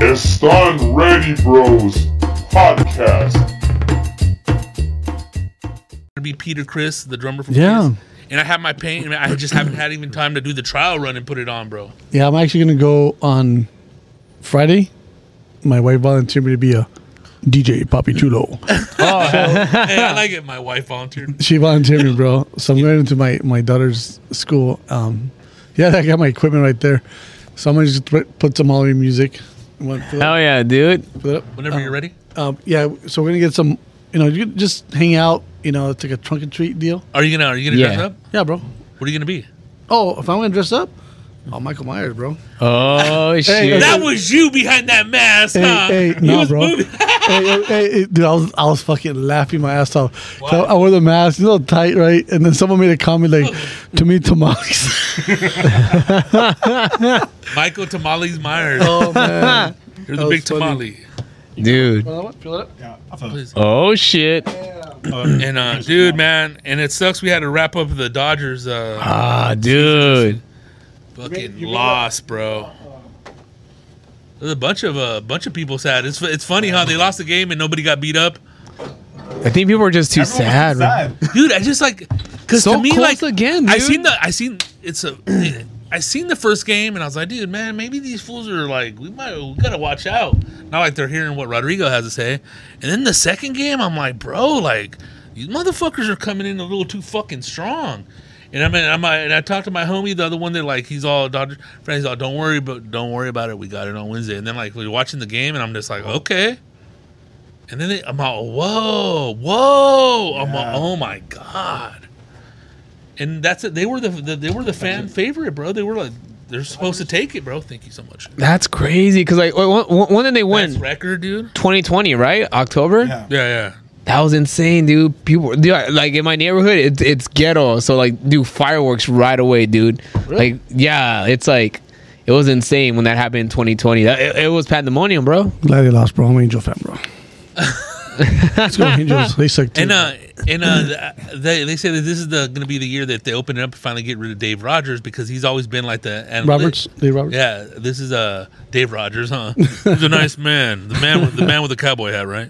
Están Ready Bros podcast. to be Peter Chris, the drummer from Yeah. Kiss. And I have my paint, and I just haven't had even time to do the trial run and put it on, bro. Yeah, I'm actually gonna go on Friday. My wife volunteered me to be a DJ Papi Chulo. Hey, I like it. My wife volunteered. She volunteered me, bro. So I'm going to my my daughter's school. Um, yeah, I got my equipment right there. So I'm gonna just put put some Halloween music. One flip, Hell yeah, dude. flip. Whenever you're ready, Um, yeah, so we're gonna get some. You know, you can just hang out. You know, it's like a trunk and treat deal. are you gonna are you gonna Yeah. dress up? Yeah, bro. What are you gonna be? Oh, if I'm gonna dress up, oh Michael Myers, bro. Oh shit. That was you behind that mask, Hey, huh? hey, He no, was bro. hey, moving- hey, hey, hey, dude, I was, I was fucking laughing my ass off. So I wore the mask, a little tight, right? And then someone made a comment like, "To me, tamales." Michael Tamales Myers. oh man, You're that the was big funny. tamale. Dude. Please. Oh shit. And uh, dude, man, and it sucks we had to wrap up the Dodgers. Uh, Ah, dude. fucking loss, bro. There's a bunch of a uh, bunch of people sad. It's it's funny how they lost the game and nobody got beat up, I think people are just too sad. dude. I just like because So to me close like again, dude. I seen the I seen it's a I seen the first game and I was like, dude, man, maybe these fools are like we might we gotta watch out. Not like they're hearing what Rodrigo has to say. And then the second game, I'm like, bro, like these motherfuckers are coming in a little too fucking strong. And I mean, I'm, I, and I talked to my homie, the other one that like he's all Dodger fan. He's all, don't worry, but don't worry about it. We got it on Wednesday. And then like we're watching the game, and I'm just like, okay. And then they, I'm all, whoa, whoa, I'm all, oh my god and that's it. They were the, the they were the fan favorite, bro. They were like they're supposed to take it, bro. Thank you so much. That's crazy. Cause like, when- when when did they That's win? record, dude. 2020, right? October. Yeah. Yeah, yeah. That was insane, dude. People, dude, I- like in my neighborhood, it's it's ghetto. So like, do fireworks right away, dude. Like, yeah, it's like, it was insane when that happened in 2020. That, it, it was pandemonium, bro. glad they lost, bro. I'm an Angel fan, bro. Let's go Angels. They suck too. And uh, and uh, they they say that this is the going to be the year that they open it up and finally get rid of Dave Rogers because he's always been like the analytic- Roberts, they Roberts. Yeah, this is uh Dave Rogers, huh? He's a nice man, the man with the man with the cowboy hat, right?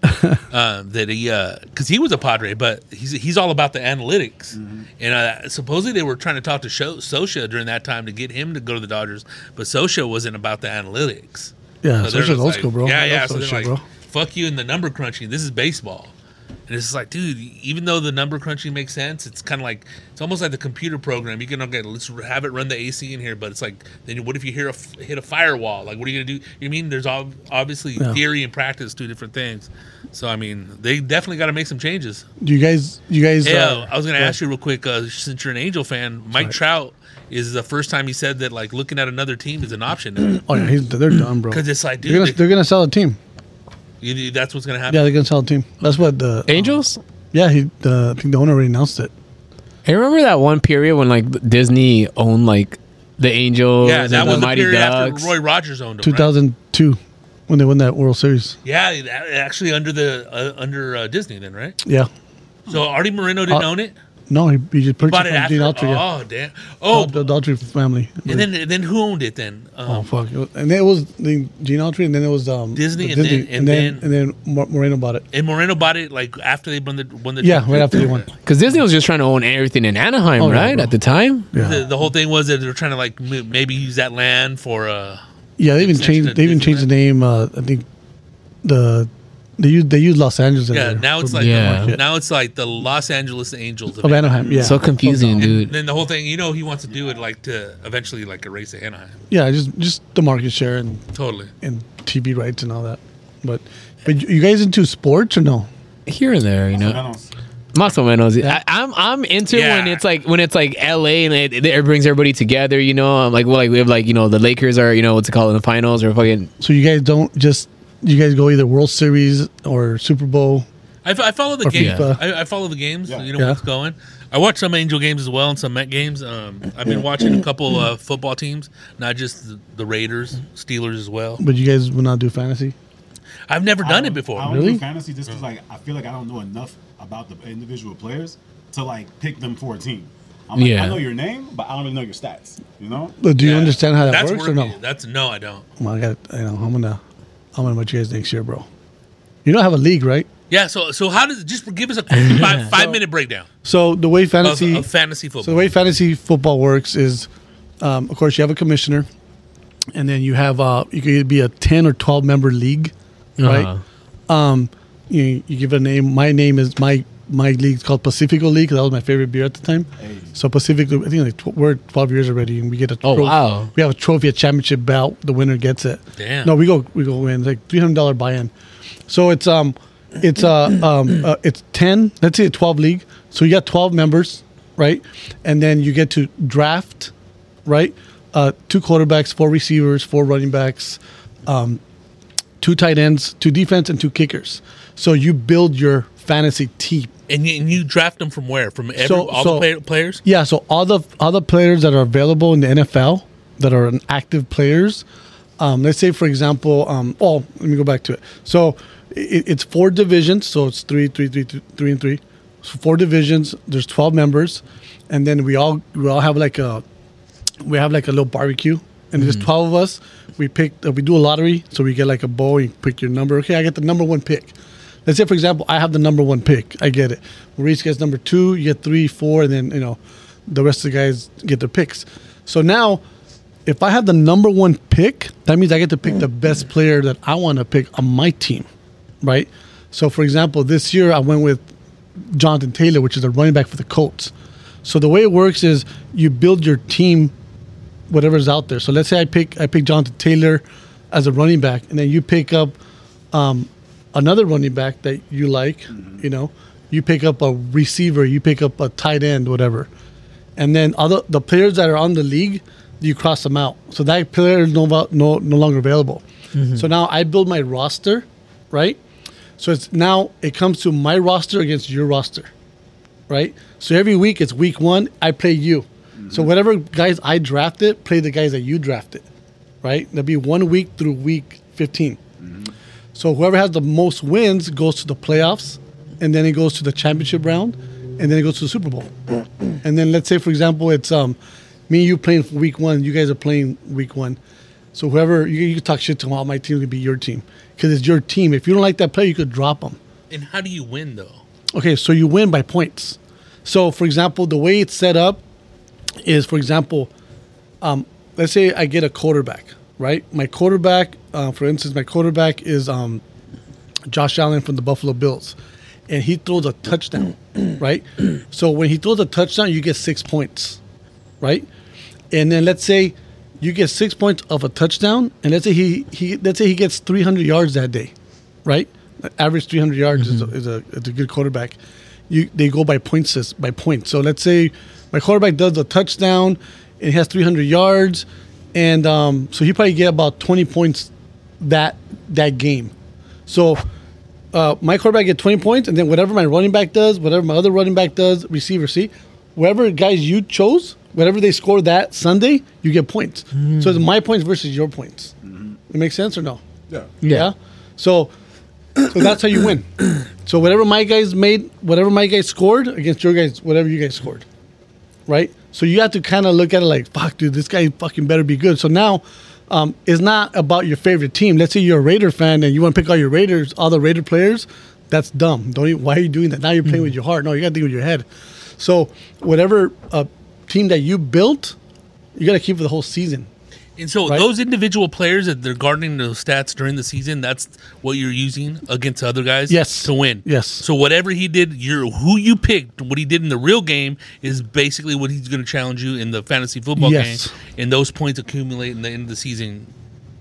Uh, that he because he was a Padre, but he's he's all about the analytics. And uh, supposedly they were trying to talk to Sho Sosha during that time to get him to go to the Dodgers, but Sosha wasn't about the analytics. Yeah, they're Sosha's just old like, school, bro. Yeah, I yeah. love So they're Sosha, like, bro. fuck you in the number crunching. This is baseball. And it's just like, dude, even though the number crunching makes sense, it's kind of like it's almost like the computer program. You can okay, let's have it run the AC in here, but it's like, then what if you hear a f- hit a firewall? Like, what are you gonna do? You mean there's ob- obviously Yeah. theory and practice, two different things. So I mean, they definitely got to make some changes. Do you guys, you guys, Hey, uh, uh, I was gonna ask you real quick, uh, since you're an Angel fan, Mike Trout is the first time he said that like looking at another team is an option oh yeah, he's, they're done, bro. because it's like, They're dude, gonna, they're gonna sell a team. you- you- that's what's gonna happen. Yeah, they're gonna sell a team. That's what the Angels. Yeah, he, the, I think the owner already announced it. I remember that one period when like Disney owned like the Angels. Yeah, and that the was the Mighty period Ducks. after Roy Rogers owned them. Right? 2002, when they won that World Series. Yeah, that- actually under the uh, under uh, Disney then, right? Yeah. So Artie Moreno didn't Uh, own it. No, he, he just Bought purchased it it from after. Gene Autry. yeah. oh damn! Oh, the Daughtry family. and then and then who owned it then? Um, oh fuck! It was- and then it was the Gene Autry, and then it was um, Disney, the and then- and and then, and then Mor- Moreno bought it. And Moreno bought it like after they won the won the Yeah, right after they won. Because Disney was just trying to own everything in Anaheim, Oh, yeah, right? bro. At the time. Yeah, The, the whole thing was that they were trying to like m- maybe use that land for uh yeah. They even Extension changed. of They even changed the Disneyland. name. Uh, I think the they used they used Los Angeles. in yeah. there. Now it's like Yeah. the, now it's like the Los Angeles Angels of Anaheim. Yeah, So confusing, dude. Then the whole thing, you know, he wants to do it like to eventually like erase Anaheim. yeah. Just just the market share and Totally. and TV rights and all that. But but you guys into sports or no? Here and there, you know. Más o menos. I, I'm I'm into Yeah. when it's like when it's like LA and it, it brings everybody together. You know, I'm like well, like we have like you know the Lakers are you know what's it called in the finals or fucking So you guys don't just you guys go either World Series or Super Bowl. I, f- I follow the Or game. FIFA. I, I follow the games. You know Yeah. what's going. I watch some Angel games as well and some Met games. Um, I've been watching a couple uh, football teams, not just the, the Raiders, Steelers as well. But you guys will not do fantasy. I've never I done it don't- I before. don't Really? do fantasy just because like I feel like I don't know enough about the individual players to like pick them for a team. I'm like, Yeah. I know your name, but I don't really know your stats. You know? But do you Yeah. understand how that That's works or no? Oh working. That's no, I don't. Well, I got you know I'm gonna I'm gonna invite you guys next year, bro. You don't have a league, right? Yeah. So so how does just give us a quick five, five minute breakdown So the way of, fantasy of fantasy football? So the way fantasy football works is, um, of course, you have a commissioner, and then you have uh, you could either be a ten or twelve member league, Uh-huh. right? Um, you, you give it a name. My name is my my league's called Pacifico League. That was my favorite beer at the time. So Pacifico, I think like tw- we're twelve years already, and we get a Oh, trophy. wow. we have a trophy, a championship belt. The winner gets it. Damn. No, we go we go in like three hundred dollar buy in. So it's um it's uh um uh, it's ten let's say a twelve league. So you got twelve members, right? And then you get to draft, right? Uh, two quarterbacks, four receivers, four running backs, um, two tight ends, two defense, and two kickers. So you build your fantasy team. and, you, and you draft them from where? From every, So- all so- the play, players? Yeah, so all the all the players that are available in the NFL that are an active players. Um, let's say, for example, um, oh, let me go back to it. So it, it's four divisions. So it's three, three, three, three, three, and three. So four divisions. There's twelve members, and then we all we all have like a we have like a little barbecue, and there's twelve of us. We pick. Uh, we do a lottery, so we get like a bowl. You pick your number. Okay, I get the number one pick. Let's say, for example, I have the number one pick. I get it. Maurice gets number two. You get three, four, and then you know, the rest of the guys get their picks. So now, if I have the number one pick, that means I get to pick the best player that I want to pick on my team, right? So, for example, this year I went with Jonathan Taylor, which is a running back for the Colts. So the way it works is you build your team whatever's out there. So let's say I pick I pick Jonathan Taylor as a running back, and then you pick up um, another running back that you like. You know, you pick up a receiver, you pick up a tight end, whatever, and then other the players that are on the league, you cross them out. So that player is no vo- no no longer available. So now I build my roster, right? So it's now it comes to my roster against your roster right? So every week it's week one, I play you. So whatever guys I drafted, play the guys that you drafted, right? That'd be one week through week 15. So whoever has the most wins goes to the playoffs, and then it goes to the championship round, and then it goes to the Super Bowl. and then let's say, for example, it's um, me and you playing for week one, you guys are playing week one. So whoever, you, you can talk shit to them, oh, my team could be your team. Because it's your team. If you don't like that player, you could drop them. And how do you win though? Okay, so you win by points. So, for example, the way it's set up is, for example, um, let's say I get a quarterback, right? My quarterback, uh, for instance, my quarterback is um, Josh Allen from the Buffalo Bills, and he throws a touchdown, right? So when he throws a touchdown, you get six points, right? And then let's say you get six points of a touchdown, and let's say he, he let's say he gets 300 yards that day, right? Average 300 yards is, a, is, a, is a good quarterback. You they go by points sys- by points. So let's say my quarterback does a touchdown, and he has 300 yards, and um, so he probably get about 20 points that that game. So uh, my quarterback get 20 points, and then whatever my running back does, whatever my other running back does, receiver, see, whatever guys you chose, whatever they score that Sunday, you get points. So it's my points versus your points. It makes sense or no? Yeah. Yeah. So, so that's how you win. So whatever my guys made, whatever my guys scored against your guys, whatever you guys scored, right? So you have to kind of look at it like, fuck, dude, this guy fucking better be good. So now, um, it's not about your favorite team. Let's say you're a Raider fan and you want to pick all your Raiders, all the Raider players. That's dumb. Don't even, why are you doing that? Now you're playing with your heart. No, you got to think with your head. So whatever uh, team that you built, you got to keep for the whole season. And so Right. those individual players that they're guarding those stats during the season, that's what you're using against other guys. Yes. To win. Yes. So whatever he did, your who you picked, what he did in the real game is basically what he's gonna challenge you in the fantasy football Yes. game. And those points accumulate in the end of the season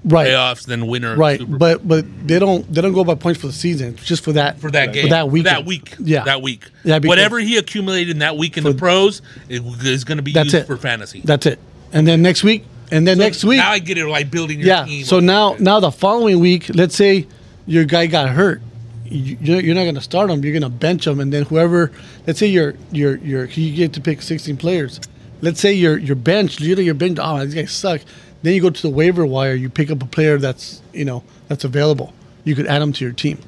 Right. playoffs, then winner of the Right, Super Bowl. but but they don't they don't go by points for the season, it's just for that for that game, for that week, that week, Yeah, that week. Yeah, because- Whatever he accumulated in that week in the pros it is going to be That's used it. for fantasy. That's it. And then next week, and then next week, now I get it, like building your yeah. team. So now now the following week, let's say your guy got hurt, you, you're you're not going to start him. You're going to bench him, and then whoever, let's say your your your you get to pick 16 players. Let's say your your bench, you know your bench. Oh, these guys suck. Then you go to the waiver wire. You pick up a player that's you know that's available. You could add them to your team.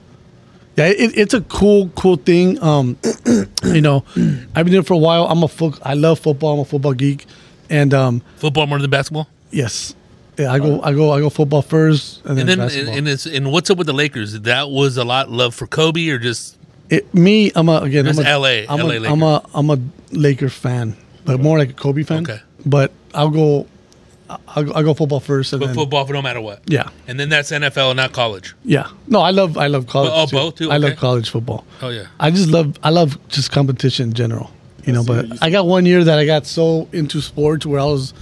Yeah, it, it's a cool, cool thing. Um, you know, I've been doing it for a while. I'm a fo- I love football. I'm a football geek, and um, football more than basketball. yes, Yeah, I go, I go, I go football first, and And then, then, and, basketball. and it's and what's up with the Lakers? That was a lot love for Kobe, or just It- me, I'm a again. I'm That's a, LA, I'm, LA a, I'm a I'm a Laker fan, but more like a Kobe fan. Okay. But I'll go, I- I'll go, I'll go football first, and but then football, but no matter what. yeah, And then that's NFL, not college. yeah. No, I love I love college. oh, both too? I Okay. love college football. Oh yeah. I just love I love just competition in general, you know. see But what you I got one year that I got so into sports where I was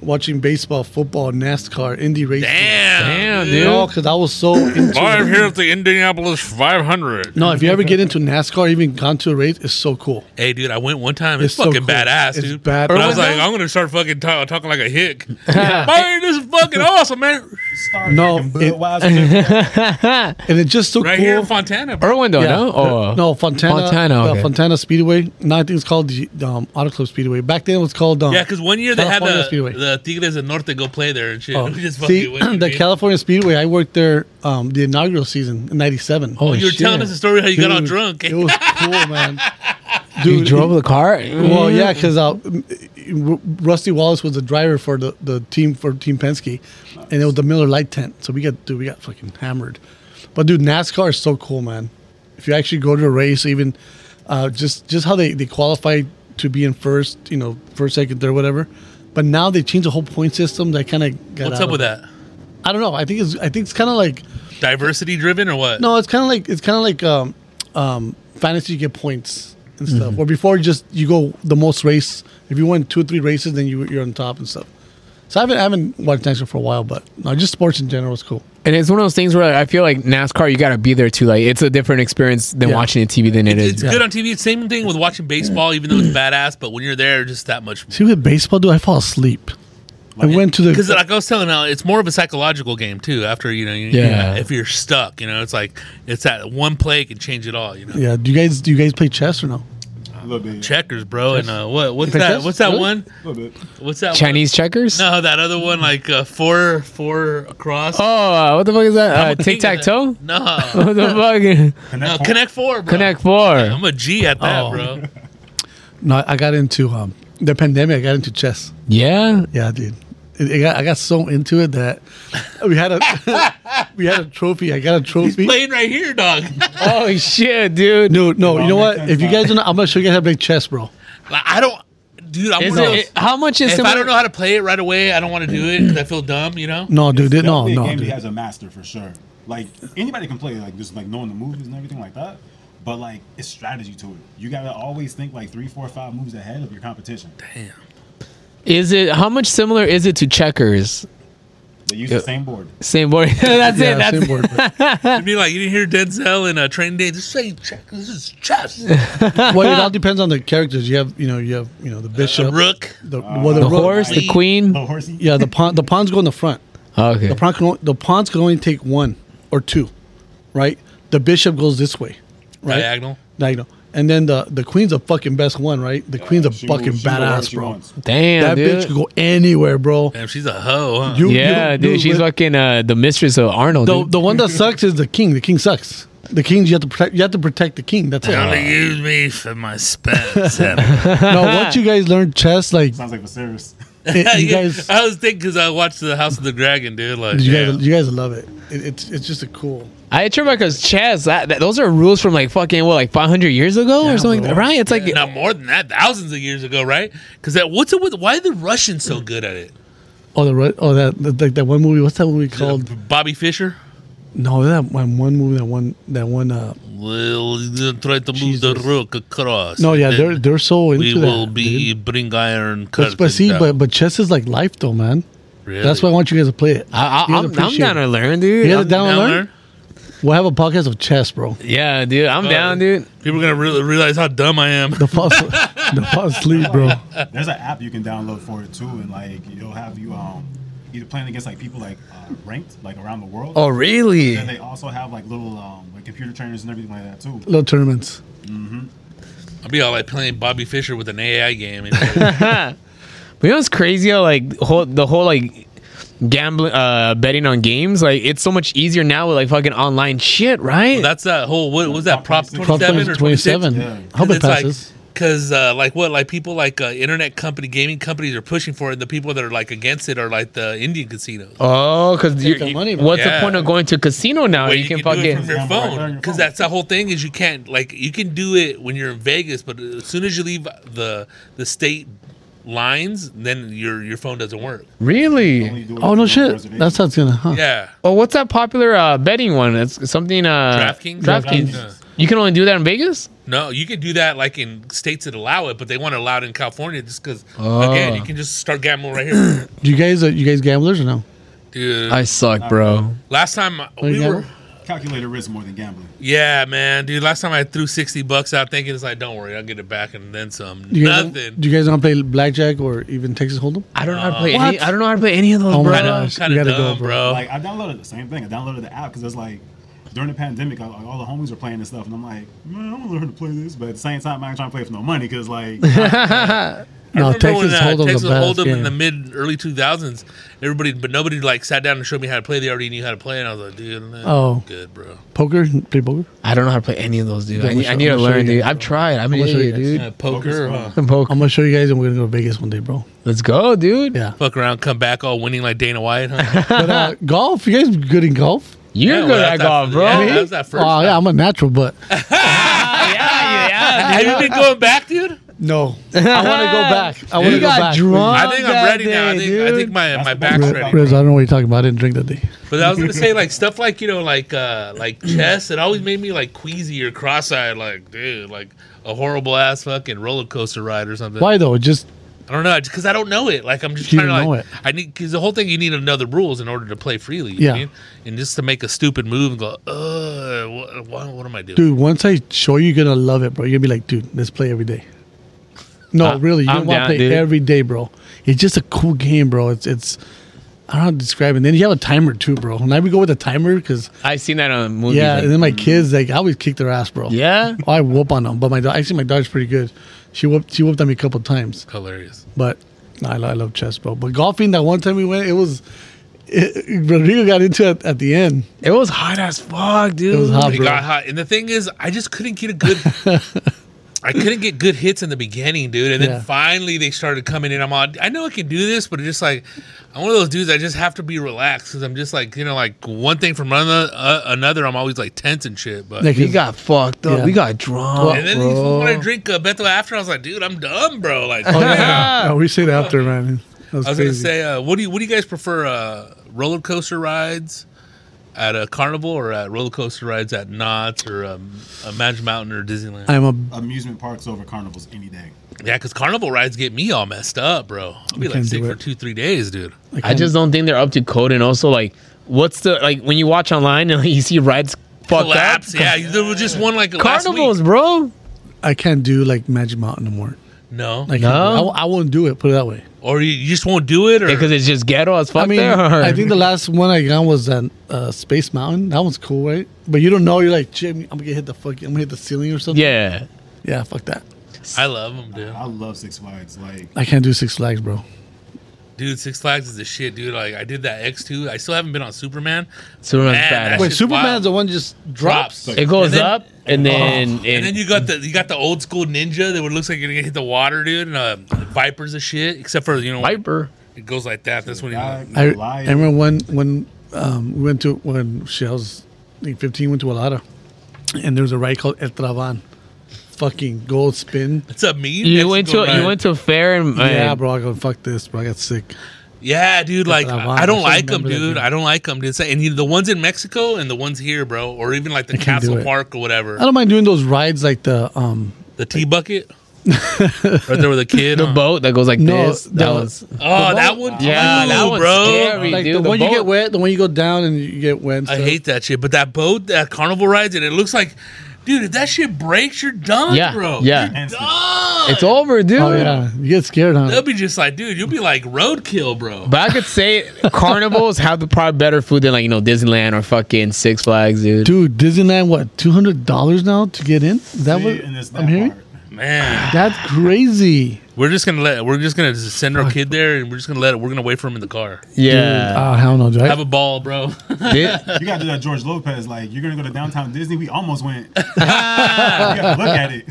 watching baseball, football, NASCAR, Indy racing. Damn, Damn, dude. You know, because I was so into. Live here at the Indianapolis 500. No, if you ever get into NASCAR, even gone to a race, it's so cool. Hey, dude, I went one time. It's, It's so fucking cool. badass, It's dude. bad- But I was Irwin, like, I'm gonna start fucking talk, talking like a hick. Man, this is fucking awesome, man. Start No, drinking it- Budweiser. And it's just so Right cool. here in Fontana. bro. Irwin though, no? Oh, no, Fontana. Fontana, uh, okay. Fontana Speedway. Now I think it's called the um, Auto Club Speedway. Back then it was called. Um, Yeah, because one year they had California the, Speedway. the Tigres del Norte go play there and shit. oh, We just see, fucking went, the dude. California Speedway. I worked there um, the inaugural season in '97. Holy You were telling us a story how you got all drunk. It was cool, man. You Dude, drove the car? Well, yeah, Mm-hmm. because uh, Rusty Wallace was the driver for the, the team for Team Penske, and it was the Miller Light tent. So we got dude, we got fucking hammered. But dude, NASCAR is so cool, man. If you actually go to a race, even uh, just just how they they qualify to be in first, you know, first, second, third, whatever. But now they changed the whole point system. That kind of got What's out up of- with that? I don't know. I think it's I think it's kind of like Diversity driven or what? no, it's kind of like it's kind of like um, um, fantasy you get points and stuff. Or before, just you go the most race. If you win two or three races, then you you're on top and stuff. So I haven't I haven't watched NASCAR for a while, but no, just sports in general is cool. And it's one of those things where I feel like NASCAR, you got to be there too. Like it's a different experience than Yeah. watching it TV than it It's is. good on TV. It's same thing with watching baseball, even though it's badass. But when you're there, just that much. See with baseball, dude, I fall asleep. I went to Because the like I was telling, you, it's more of a psychological game too. After you know, you, Yeah. if you're stuck, you know, it's like it's that one play can change it all. You know, yeah. Do you guys do you guys play chess or no? A little bit. yeah. checkers, bro, and uh, what what's Play that? chess? What's that Really? one? A little bit. What's that? Chinese checkers? One? No, that other one like uh, four four across. Oh, what the fuck is that? Uh, King Tic of Tac that. Toe? No, What the fuck? no, Connect point. connect four, bro. Connect Four. I'm a G at that, Oh. bro. No, I I got into um, the pandemic. I got into chess. Yeah. Yeah, dude. It, it got, I got so into it that we had a we had a trophy. I got a trophy. Playing right here, dog. Like, Oh shit, dude. No, no. You know Well, what? If you guys don't, know, I'm gonna show you guys how to play chess, bro. I don't, dude. I'm Is one of those- it, how much is if similar- I don't know how to play it right away, I don't want to do it because I feel dumb. You know. No, dude, It's it- no, definitely a no, game that dude. has a master for sure. Like anybody can play, like just like knowing the moves and everything like that. But like it's strategy to it. You gotta always think like three, four, five moves ahead of your competition. Damn. Is it how much similar is it to checkers? They use Yeah. the same board. Same board. that's Yeah, it. That's same it. word, bro. It'd be like you didn't hear Denzel in uh, Training Day. This ain't check. This is chess. well, it all depends on the characters. You have, you know, you have, you know, the bishop, The rook. the, well, the, The rook- horse, the Queen. queen. The horsey. Yeah, the pawn. The pawns go in the front. Okay. Oh. The pawn can only, the pawns can only take one or two, right? The bishop goes this way, right? Diagonal. Diagonal. And then the the queen's the fucking best one, right? The queen's a She will- fucking she will wherever badass, she bro. wants. Damn, That dude. bitch can go anywhere, bro. Damn, she's a hoe, huh? You- you yeah, don't- dude, she's but- fucking uh, the mistress of Arnold. The, dude. the one that sucks is the king. The king sucks. The king, you have to protect. You have to protect the king. That's it. Only use me for my spells. Sam. no, once you guys learn chess, like Sounds like Viserys. it- you guys, I was thinking because I watched The House of the Dragon, dude. Like, you yeah. guys, you guys love it. it it's it's just a cool. I Tribeca's chess. That, that, those are rules from like fucking what, like 500 years ago or something, like that, right? It's like Not more than that, thousands of years ago, right? Because that what's it with? Why are the Russians so good at it? Oh, the Ru- oh that that, that- that one movie. What's that movie called? Bobby Fischer. No, that one, one movie. That one. That one. Uh, Well, try to move the Jesus. rook across. no, yeah, Then they're they're so into We that. will be dude. bring iron But, curtain. but see, down. but but chess is like life, though, man. Really? That's why I want you guys to play it. You I, I, guys I'm, I'm appreciate down it. to learn, dude. You guys I'm- are down to Down learn. there? We'll have a podcast of chess, bro. yeah, dude, I'm down, dude. People are gonna really realize how dumb I am. The false, the false sleep, bro. There's an app you can download for it too, and like it'll have you um either playing against like people like uh, ranked like around the world. Oh, really? And they also have like little um like computer trainers and everything like that too. Little tournaments. I'll be all like playing Bobby Fischer with an AI game. And But you know what's crazy? How, like whole, the whole like gambling, uh, betting on games. Like it's so much easier now with like fucking online shit, right? that's that whole what was that prop Prop twenty seven or twenty twenty-seven. seven? Yeah. I hope it It's like passes. because uh, like what like people like uh, internet company gaming companies are pushing for it. The people that are like against it are like the Indian casinos. Oh, because the money, bro. what's Yeah. the point of going to casino now? Well, you, can, do it from fucking your Yeah, right there on phone your because phone. that's the whole thing is you can't like you can do it when you're in Vegas, but as soon as you leave the the state lines, then your your phone doesn't work. really. Oh no shit! That's how it's gonna. Huh? Yeah, Oh, what's that popular uh, betting one? It's something. Uh, DraftKings? DraftKings. DraftKings. You can only do that in Vegas. no, you can do that like in states that allow it, but they want to allow it in California just because Oh. again you can just start gambling right here, Do you guys, uh, you guys gamblers or no? dude. suck, bro. last time you we were. gamble? calculated risk more than gambling. Yeah, man, dude. Last time I threw sixty bucks out, thinking it's like, don't worry, I'll get it back and then some. Do you guys Nothing. Do you guys not play blackjack or even Texas Hold'em? I don't know how to play. Any, What? I don't know how to play any of those, Oh my bro. I know, gosh, kind you of gotta dumb, go, bro. bro. Like I downloaded the same thing. I downloaded the app because it's like during the pandemic, all, all the homies were playing this stuff, and I'm like, man, I'm gonna learn to play this. But at the same time, I ain't trying to play it for no money because like I No, remember Texas when, uh, Hold'em's Texas the best Hold'em in game. the mid early two thousands. Everybody, but nobody like sat down and showed me how to play. They already knew how to play, and I was like, dude, man, Oh. good, bro. Poker, play poker. I don't know how to play any of those, dude. Yeah, I I'm need, sure- I need I'm to sure learn, you dude. can. I'm trying. I'm an gonna show you idiot, dude. Uh, poker, fun. huh? I'm gonna show you guys, and we're gonna go to Vegas one day, bro. Let's go, dude. Yeah. fuck around, come back all winning like Dana White, huh? But uh, golf, you guys good in golf? You're Yeah, well, good at that's golf, that- bro. yeah, that was that Oh first. yeah, I'm a natural, but yeah, yeah. Have you been going back, dude? no, I want to go back. I want You to go got back. drunk. I think I'm that ready now. I day, think I think dude. my my the back's best ready. part. Riz, I don't know what you're talking about. I didn't drink that day. But I was gonna say like stuff like you know like uh like chess. It always made me like queasy or cross-eyed, like dude, like a horrible ass fucking roller coaster ride or something. Why though? Just I don't know because I don't know it. Like I'm just You trying to don't like know I need because the whole thing you need to know the rules in order to play freely. You Yeah. mean? and just to make a stupid move and go, uh, what, what, what am I doing? dude, once I show you, you're gonna love it, bro. You're gonna be like, dude, let's play every day. No, Uh, really, you I'm want to down, play dude. every day, bro. It's just a cool game, bro. It's it's I don't know how to describe it. And then you have a timer too, bro. And I would go with a timer because I seen that on movies. yeah. like- and then my kids like I always kick their ass, bro. Oh, yeah. I whoop on them, but my da- actually my daughter's pretty good. She whooped she whooped on me a couple times, Hilarious. but no, I, lo- I love chess, bro. But golfing that one time we went, it was it, Rodrigo got into it at the end. It was hot as fuck, dude. It was hot, It bro. got hot, and the thing is, I just couldn't get a good. I couldn't get good hits in the beginning, dude, and then Yeah. finally they started coming in. I'm on. I know I can do this, but it's just like I'm one of those dudes. I just have to be relaxed because I'm just like you know, like one thing from another. Uh, another I'm always like tense and shit. But Like, We got fucked up. Yeah. We got drunk, and then these fools bro. wanted to drink uh, Bethel after. I was like, dude, I'm done, bro. Like, Oh, yeah. No, we stayed after, man. That was I was crazy. gonna say, uh, what do you what do you guys prefer, uh, roller coaster rides at a carnival or at roller coaster rides at Knott's or um, uh, Magic Mountain or Disneyland? I'm a amusement parks over carnivals any day. yeah, because carnival rides get me all messed up, bro. I'll be You like can't sick do for it. two three days, dude. I just don't think they're up to code. And also, like, what's the like when you watch online and you see rides fucked Collapse. up? Yeah, there was just one like last week. Carnivals, bro. I can't do like Magic Mountain anymore. No, I can't do No? it. I, won't- I won't do it. Put it that way. or you, you just won't do it, or Because it's just ghetto as fuck I mean, there. I think the last one I got was at uh, Space Mountain. That one's cool, right? But you don't know. You're like, Jim, I'm gonna hit the fuck. I'm gonna hit the ceiling or something. yeah. yeah. Fuck that. I love them, dude. I love Six Flags. Like I can't do Six Flags, bro. Dude, Six Flags is the shit, dude. Like I did that X two. I still haven't been on Superman. Superman's Man, badass. that Wait, shit's Superman's wild. the one just drops. Drops. It goes And then- Oh, up and then it, And then you got the you got the old school ninja that would looks like you're gonna hit the water, dude, and uh, vipers and shit. Except for you know, Viper. it goes like that. That's when you. God, I, I Goliath, remember when when um, we went to when she was I think 15 went to Alara, and there was a ride called El Traban. Fucking gold spin. It's a meme. You went to Mexico, right? you went to a fair and Yeah, and- bro. I go fuck this, bro. I got sick. Yeah, dude. Like what I I, want. I don't I like should them, remember that dude. meme. I don't like them, dude. And he- the ones in Mexico and the ones here, bro, or even like the can't do Castle it. Park or I whatever. don't mind doing those rides like the um The tea bucket. right there with a kid. the huh? boat that goes like No, this. That the- was oh, the that boat? one. Yeah, too, that one's bro. scary. like dude, the, the one you boat. get wet, the one you go down and you get wet. And I stuff. hate that shit. But that boat, that carnival rides, and it looks like, dude, if that shit breaks, you're done, Yeah, bro. yeah. You're Instant. done. it's over, dude. Oh yeah, you get scared, huh? They'll be just like, dude, you'll be like roadkill, bro. But I could say carnivals have the probably better food than like you know Disneyland or fucking Six Flags, dude. Dude, Disneyland, what two hundred dollars now to get in? Is that see, what and it's that I'm hearing? part. Man, That's crazy. we're just gonna let we're just gonna just send our kid there, and we're just gonna let it. We're gonna wait for him in the car. Yeah, Ah, hell no, dude. I- Have a ball, bro. uh, Di- You gotta do that George Lopez. Like you're gonna go to downtown Disney. We almost went. you gotta look at it.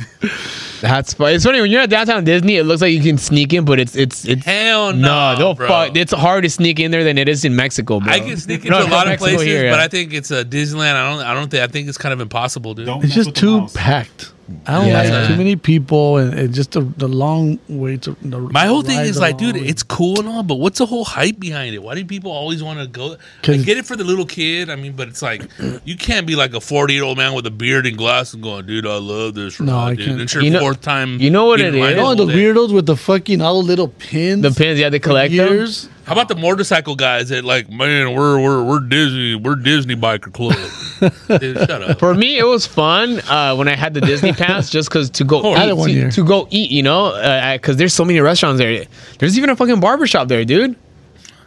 That's funny. It's funny when you're at downtown Disney. It looks like you can sneak in, but it's it's it's Hell no, no, no bro. fuck. It's hard to sneak in there than it is in Mexico, bro. I can sneak into No, a lot of Mexico places, here, but yeah. I think it's uh, Disneyland. I don't. I don't think. I think it's kind of impossible, dude. Don't It's mess just with the too mouse. packed. I don't Yeah. like too many people and, and just the, the long way to. The My whole thing is like, dude, it's. it's cool and all, but what's the whole hype behind it? Why do people always want to go? I 'Cause- get it for the little kid. I mean, but it's like you can't be like a forty year old man with a beard and glasses going, dude, I love this. No, ride, I dude. can't. It's your You know- fourth time. you know what being it invited is? You know all Oh, the day. weirdos with the fucking all the little pins. the pins, yeah, they collect them. Years. How about the motorcycle guys that like, man, we're we're we're Disney, we're Disney biker club. dude, shut up. For me, it was fun uh, when I had the Disney pass, just because to go course. I eat, had it one to, year. to go eat, you know, because there's so many restaurants there. There's even a fucking barber shop there, dude.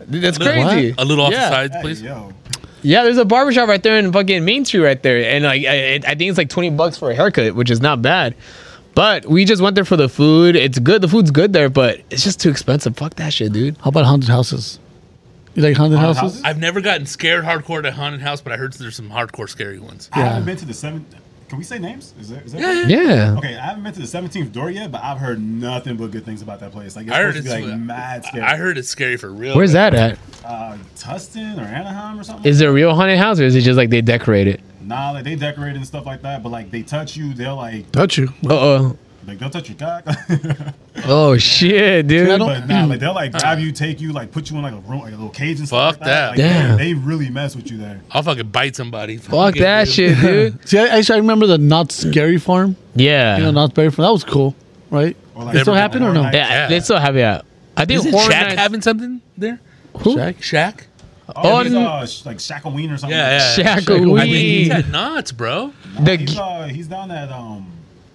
That's Little- crazy. A little off Yeah. the sides, Hey, please. yo. Yeah, there's a barber shop right there in fucking Main Street right there, and like I, I- I think it's like twenty bucks for a haircut, which is not bad. But we just went there for the food. It's good. The food's good there, but it's just too expensive. Fuck that shit, dude. How about haunted houses? You like haunted Haunted houses? houses? I've never gotten scared hardcore at a haunted house, but I heard there's some hardcore scary ones. I haven't Yeah. been to the seventh. Can we say names? Is that, is that Yeah. Okay, I haven't been to the 17th door yet, but I've heard nothing but good things about that place. Like it's I heard supposed it's to be like mad scary. I heard it's scary for real. Where's that at? uh, Tustin or Anaheim or something. Is it a real haunted house or is it just like they decorate it? nah, like they decorate it and stuff like that, but like they touch you, they'll like Don't you? Uh oh. like they'll touch your cock. Oh shit, dude. but nah, like they'll like grab you, take you, like put you in like a room, like a little cage and stuff. Fuck like that. that. Like, they- Damn. They, really mess with you there. I'll fucking bite somebody. Fuck that shit, dude. See, I, actually, I remember the not scary farm. You know, Yeah. not scary farm. That was cool, right? Or, It Never- still happened or no? Yeah. Yeah, they still have it out. I think Isn't Horror Shaq Nights- having something there? Who? Shaq? Shaq? Oh, he's, On- uh, sh- like Shaq Ween or something. Yeah, Shaq Shaq I think he's O'Wee. at Knots, bro. The- He's, uh, he's down at um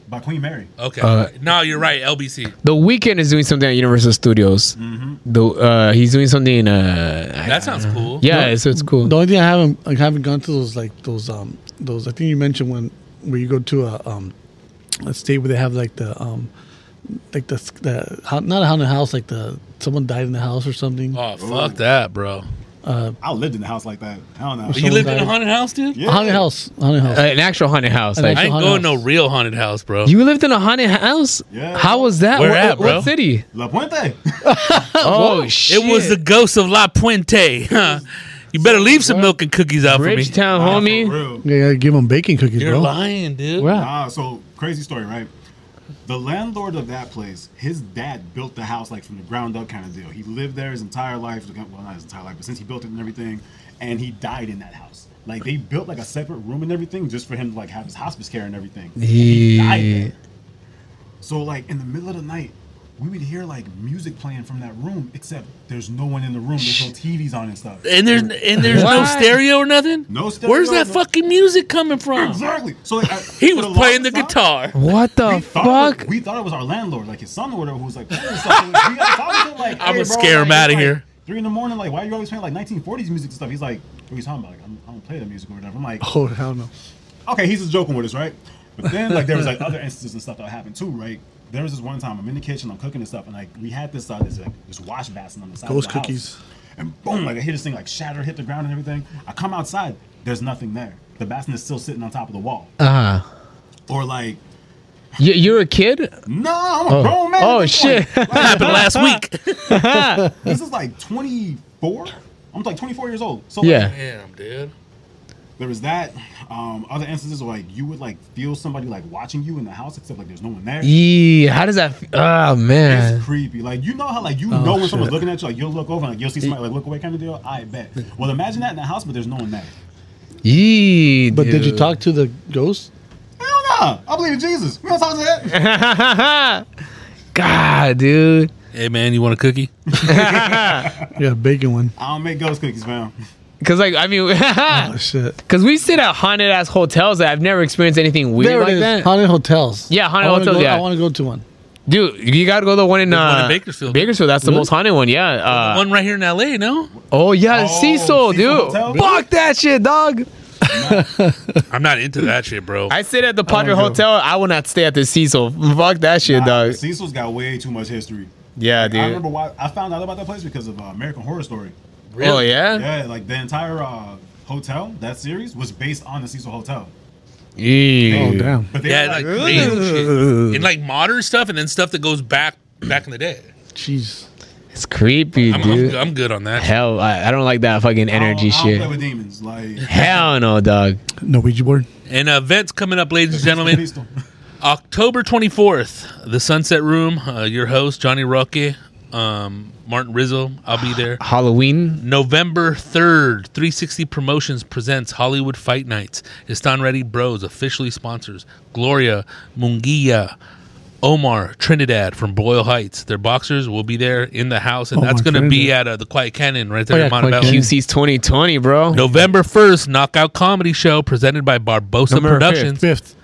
by Queen Mary. Okay. Uh, no, you're right. LBC. The weekend is doing something at Universal Studios. Mm-hmm. The uh, he's doing something. in, Uh, That sounds cool. yeah, so it's cool. The only thing I haven't I haven't gone to those like those um those I think you mentioned when where you go to a um a state where they have like the um like the, the hau- not a haunted house like the someone died in the house or something. Oh, fuck that, bro. I lived in the house like that. I don't know. You lived in a died. haunted house, dude? Yeah. haunted house, haunted house. Uh, an actual haunted house. An like- I ain't Haunted going no house. real haunted house, bro. you lived in a haunted house? Yeah. How was that? Where what, at, what bro? city? La Puente. Oh, shit. it was the ghost of La Puente. Huh? You better leave some milk and cookies out for me. Bridgetown, For homie. real. Yeah, yeah, give them bacon cookies, You're bro. lying, dude. Where at? Ah, so crazy story, right? The landlord of that place, his dad built the house like from the ground up kind of deal. He lived there his entire life. Well, not his entire life, but since he built it and everything, and he died in that house. Like they built like a separate room and everything just for him to like have his hospice care and everything. He died there. So like in the middle of the night, we would hear like music playing from that room, except there's no one in the room. There's no TVs on and stuff. And there's and there's no What? stereo or nothing. No stereo, Where's that no- fucking music coming from? exactly. So like I- He for was the playing the longest guitar. time- What the we thought, fuck? It was, we thought it was our landlord, like his son or whatever, who was like, playing stuff. So we got- so I was like, I'ma "Hey, bro, scare like, him outta it's like here." Three in the morning, like, why are you always playing like 1940s music and stuff? He's like, what are you talking about? Like, I'm, I don't play that music or whatever. I'm like, Oh hell no. okay, he's just joking with us, right? But then like there was like other instances and stuff that happened too, right? There was this one time I'm in the kitchen, I'm cooking and stuff, and like we had this uh, this like this wash basin on the side. Ghost of the house. cookies. And boom, like I hear this thing like shatter, hit the ground and everything. I come outside, there's nothing there. The basin is still sitting on top of the wall. Uh huh. Or like, You, you're a kid? no, I'm a grown man. at Oh, this point. shit. Like, Happened last week. this is like 24 i'm like 24 years old so yeah Yeah. like, Damn, dude. there was that um other instances where like you would like feel somebody like watching you in the house except like there's no one there Yee, how does that? F- oh man. it's creepy like you know how like you know when someone's looking at you like you'll look over and like you'll see somebody like look away kind of deal i bet well imagine that in the house but there's no one there Yee. But did you dude. talk to the ghost? hell no i believe in jesus we don't talk to that God, dude. Hey man, you want a cookie? Yeah, bacon one. i don't make ghost cookies fam Cause like I mean, Oh shit. cause we sit at haunted ass hotels that I've never experienced anything weird There like it is. that. Haunted hotels. Yeah, haunted I wanna hotels, go- yeah. I want to go to one. Dude, you gotta go to the one in, There's uh, one in Bakersfield. Bakersfield, that's the most haunted one, yeah. Uh, One right here in LA, no? oh yeah, Oh, Cecil, Cecil dude. Hotel? Fuck that shit, dog. I'm not into that shit, bro. I sit at the Padre wanna go. Hotel. I will not stay at the Cecil. Fuck that shit, Nah, dog. cecil's got way too much history Yeah, i dude. remember why i found out about that place because of uh, american horror story Oh yeah. yeah like the entire uh hotel that series was based on the cecil hotel Oh damn. But they Yeah, were like like, real shit. and like modern stuff, and then stuff that goes back back in the day. Jeez. It's creepy, I'm, dude. I'm, I'm good on that. Hell, I, I don't like that fucking I don't- energy I don't shit. play with demons. Like, Hell no, dog. No Ouija board. And uh, events coming up, ladies and gentlemen. please don't. October 24th, the Sunset Room. Uh, your host Johnny Roque, um, Martin Rizzo. I'll be there. Halloween. November 3rd, 360 Promotions presents Hollywood Fight Nights. Istan Ready Bros officially sponsors Gloria, Mungia, Omar, Trinidad from Boyle Heights. Their boxers will be there in the house, and Omar that's going to be Trinidad. at uh, the Quiet Canyon right there Oh, yeah, in Quiet Montebello. Canyon. QC's 2020, bro. November 1st, Knockout Comedy Show presented by Barbosa November Oh, Productions. Fifth.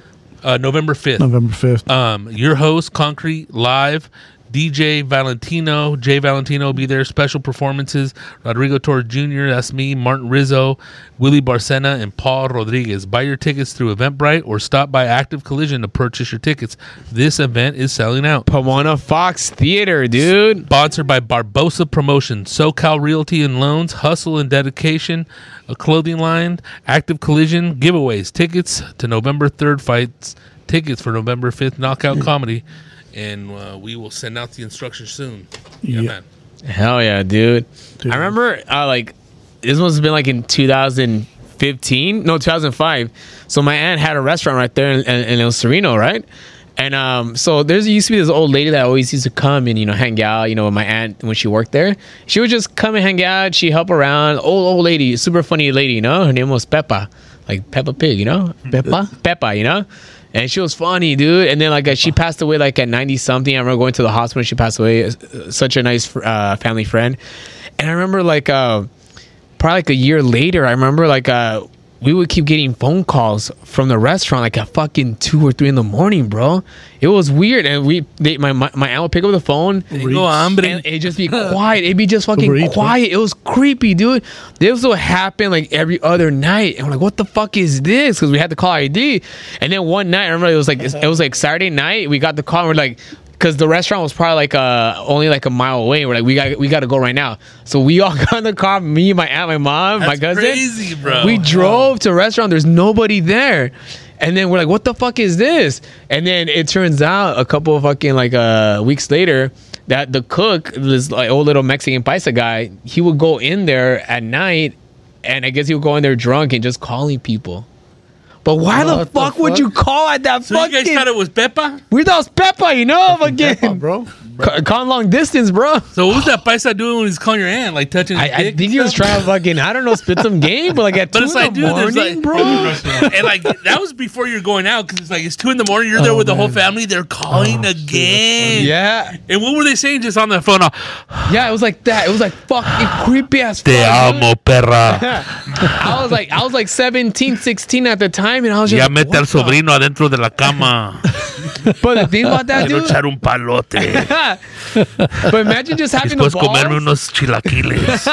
Uh, November 5th. November fifth. Um, your host, Concrete Live, DJ Valentino, Jay Valentino will be there. Special performances: Rodrigo Torres Jr., that's me, Martin Rizzo, Willie Barcena, and Paul Rodriguez. Buy your tickets through Eventbrite or stop by Active Collision to purchase your tickets. This event is selling out. Pomona Fox Theater, dude. Sponsored by Barbosa Promotion, SoCal Realty and Loans, Hustle and Dedication, a clothing line, Active Collision, giveaways, tickets to November 3rd fights, tickets for November 5th knockout comedy. And uh, we will send out the instructions soon. Yeah, Yeah. man. Hell yeah, dude. Dude. I remember, uh, like, this must have been like in 2015, no, 2005. So my aunt had a restaurant right there in, in, in El Sereno, right? And um, so there's used to be this old lady that always used to come and you know hang out, you know, with my aunt when she worked there. She would just come and hang out. She help around. Old old lady, super funny lady, you know. Her name was Peppa, like Peppa Pig, you know. Peppa, Peppa, you know. And she was funny, dude. And then like uh, she passed away like at ninety something. I remember going to the hospital. She passed away. Uh, Such a nice uh, family friend. And I remember like. Uh, probably like a year later, I remember like uh we would keep getting phone calls from the restaurant like at fucking two or three in the morning, bro. It was weird, and we they, my, my my aunt would pick up the phone. Tengo hambre. And it'd just be quiet. It'd be just fucking Uber Eats, huh? quiet. It was creepy, dude. This would happen like every other night. And we're like, what the fuck is this? Because we had to call ID. And then one night, I remember it was like it was like Saturday night. We got the call. And we're like, because the restaurant was probably like uh only like a mile away. We're like, we got we got to go right now. So we all got in the car. Me, my aunt, my mom, my That's cousin. crazy, bro. We drove to a restaurant. There's nobody there. And then we're like, what the fuck is this? And then it turns out a couple of fucking like uh, weeks later that the cook, this like old little Mexican paisa guy, he would go in there at night and I guess he would go in there drunk and just calling people. But why the, What the fuck, would fuck? you call at that So you fucking? guys thought it was Peppa? we thought it was Peppa, you know, Come on, fucking bro. ca- calling long distance, bro. So what was that paisa doing when he's calling your aunt? Like touching his I, I dick think he and was stuff? trying to fucking I don't know spit some game, but like at But two it's in like, the dude, there's morning, like- bro. and like that was before you're going out because it's like it's two in the morning. You're there Oh, with the whole family. They're calling again. Yeah, And what were they saying just on the phone? Uh, Yeah, it was like that. It was like fucking creepy as fuck. Te dude. amo, perra. I was like I was like 17, 16 at the time and I was just Ya like, mete what al the- sobrino adentro de la cama. But the thing about that Quiero dude echar un palote. But imagine just having the Después comerme balls unos chilaquiles.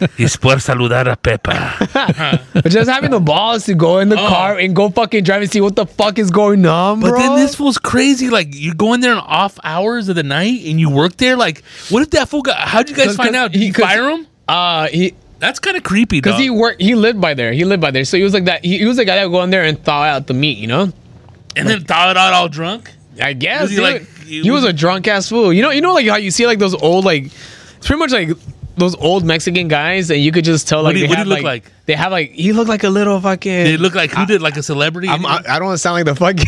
y después saludar a Pepa. just having the balls to go in the Oh. car and go fucking drive and see what the fuck is going on, But bro. then this fool's crazy. Like you go in there on off hours of the night and you work there. Like, what if that fool got? How'd you guys Cause- find cause out? Did he- you cause- fire him? uh he That's kind of creepy, Because dog. he worked, he lived by there. He lived by there, so he was like that. He, he was the guy that would go in there and thaw out the meat, you know. and then thought it out all drunk. I guess Was he dude. like- he, was, a drunk ass fool. You know, you know, like how you see like those old like, it's pretty much like those old Mexican guys, and you could just tell like did- they what did have he look like? they have like he looked like a little fucking. They look like who did like a celebrity. I'm, I, I don't want to sound like the fucking.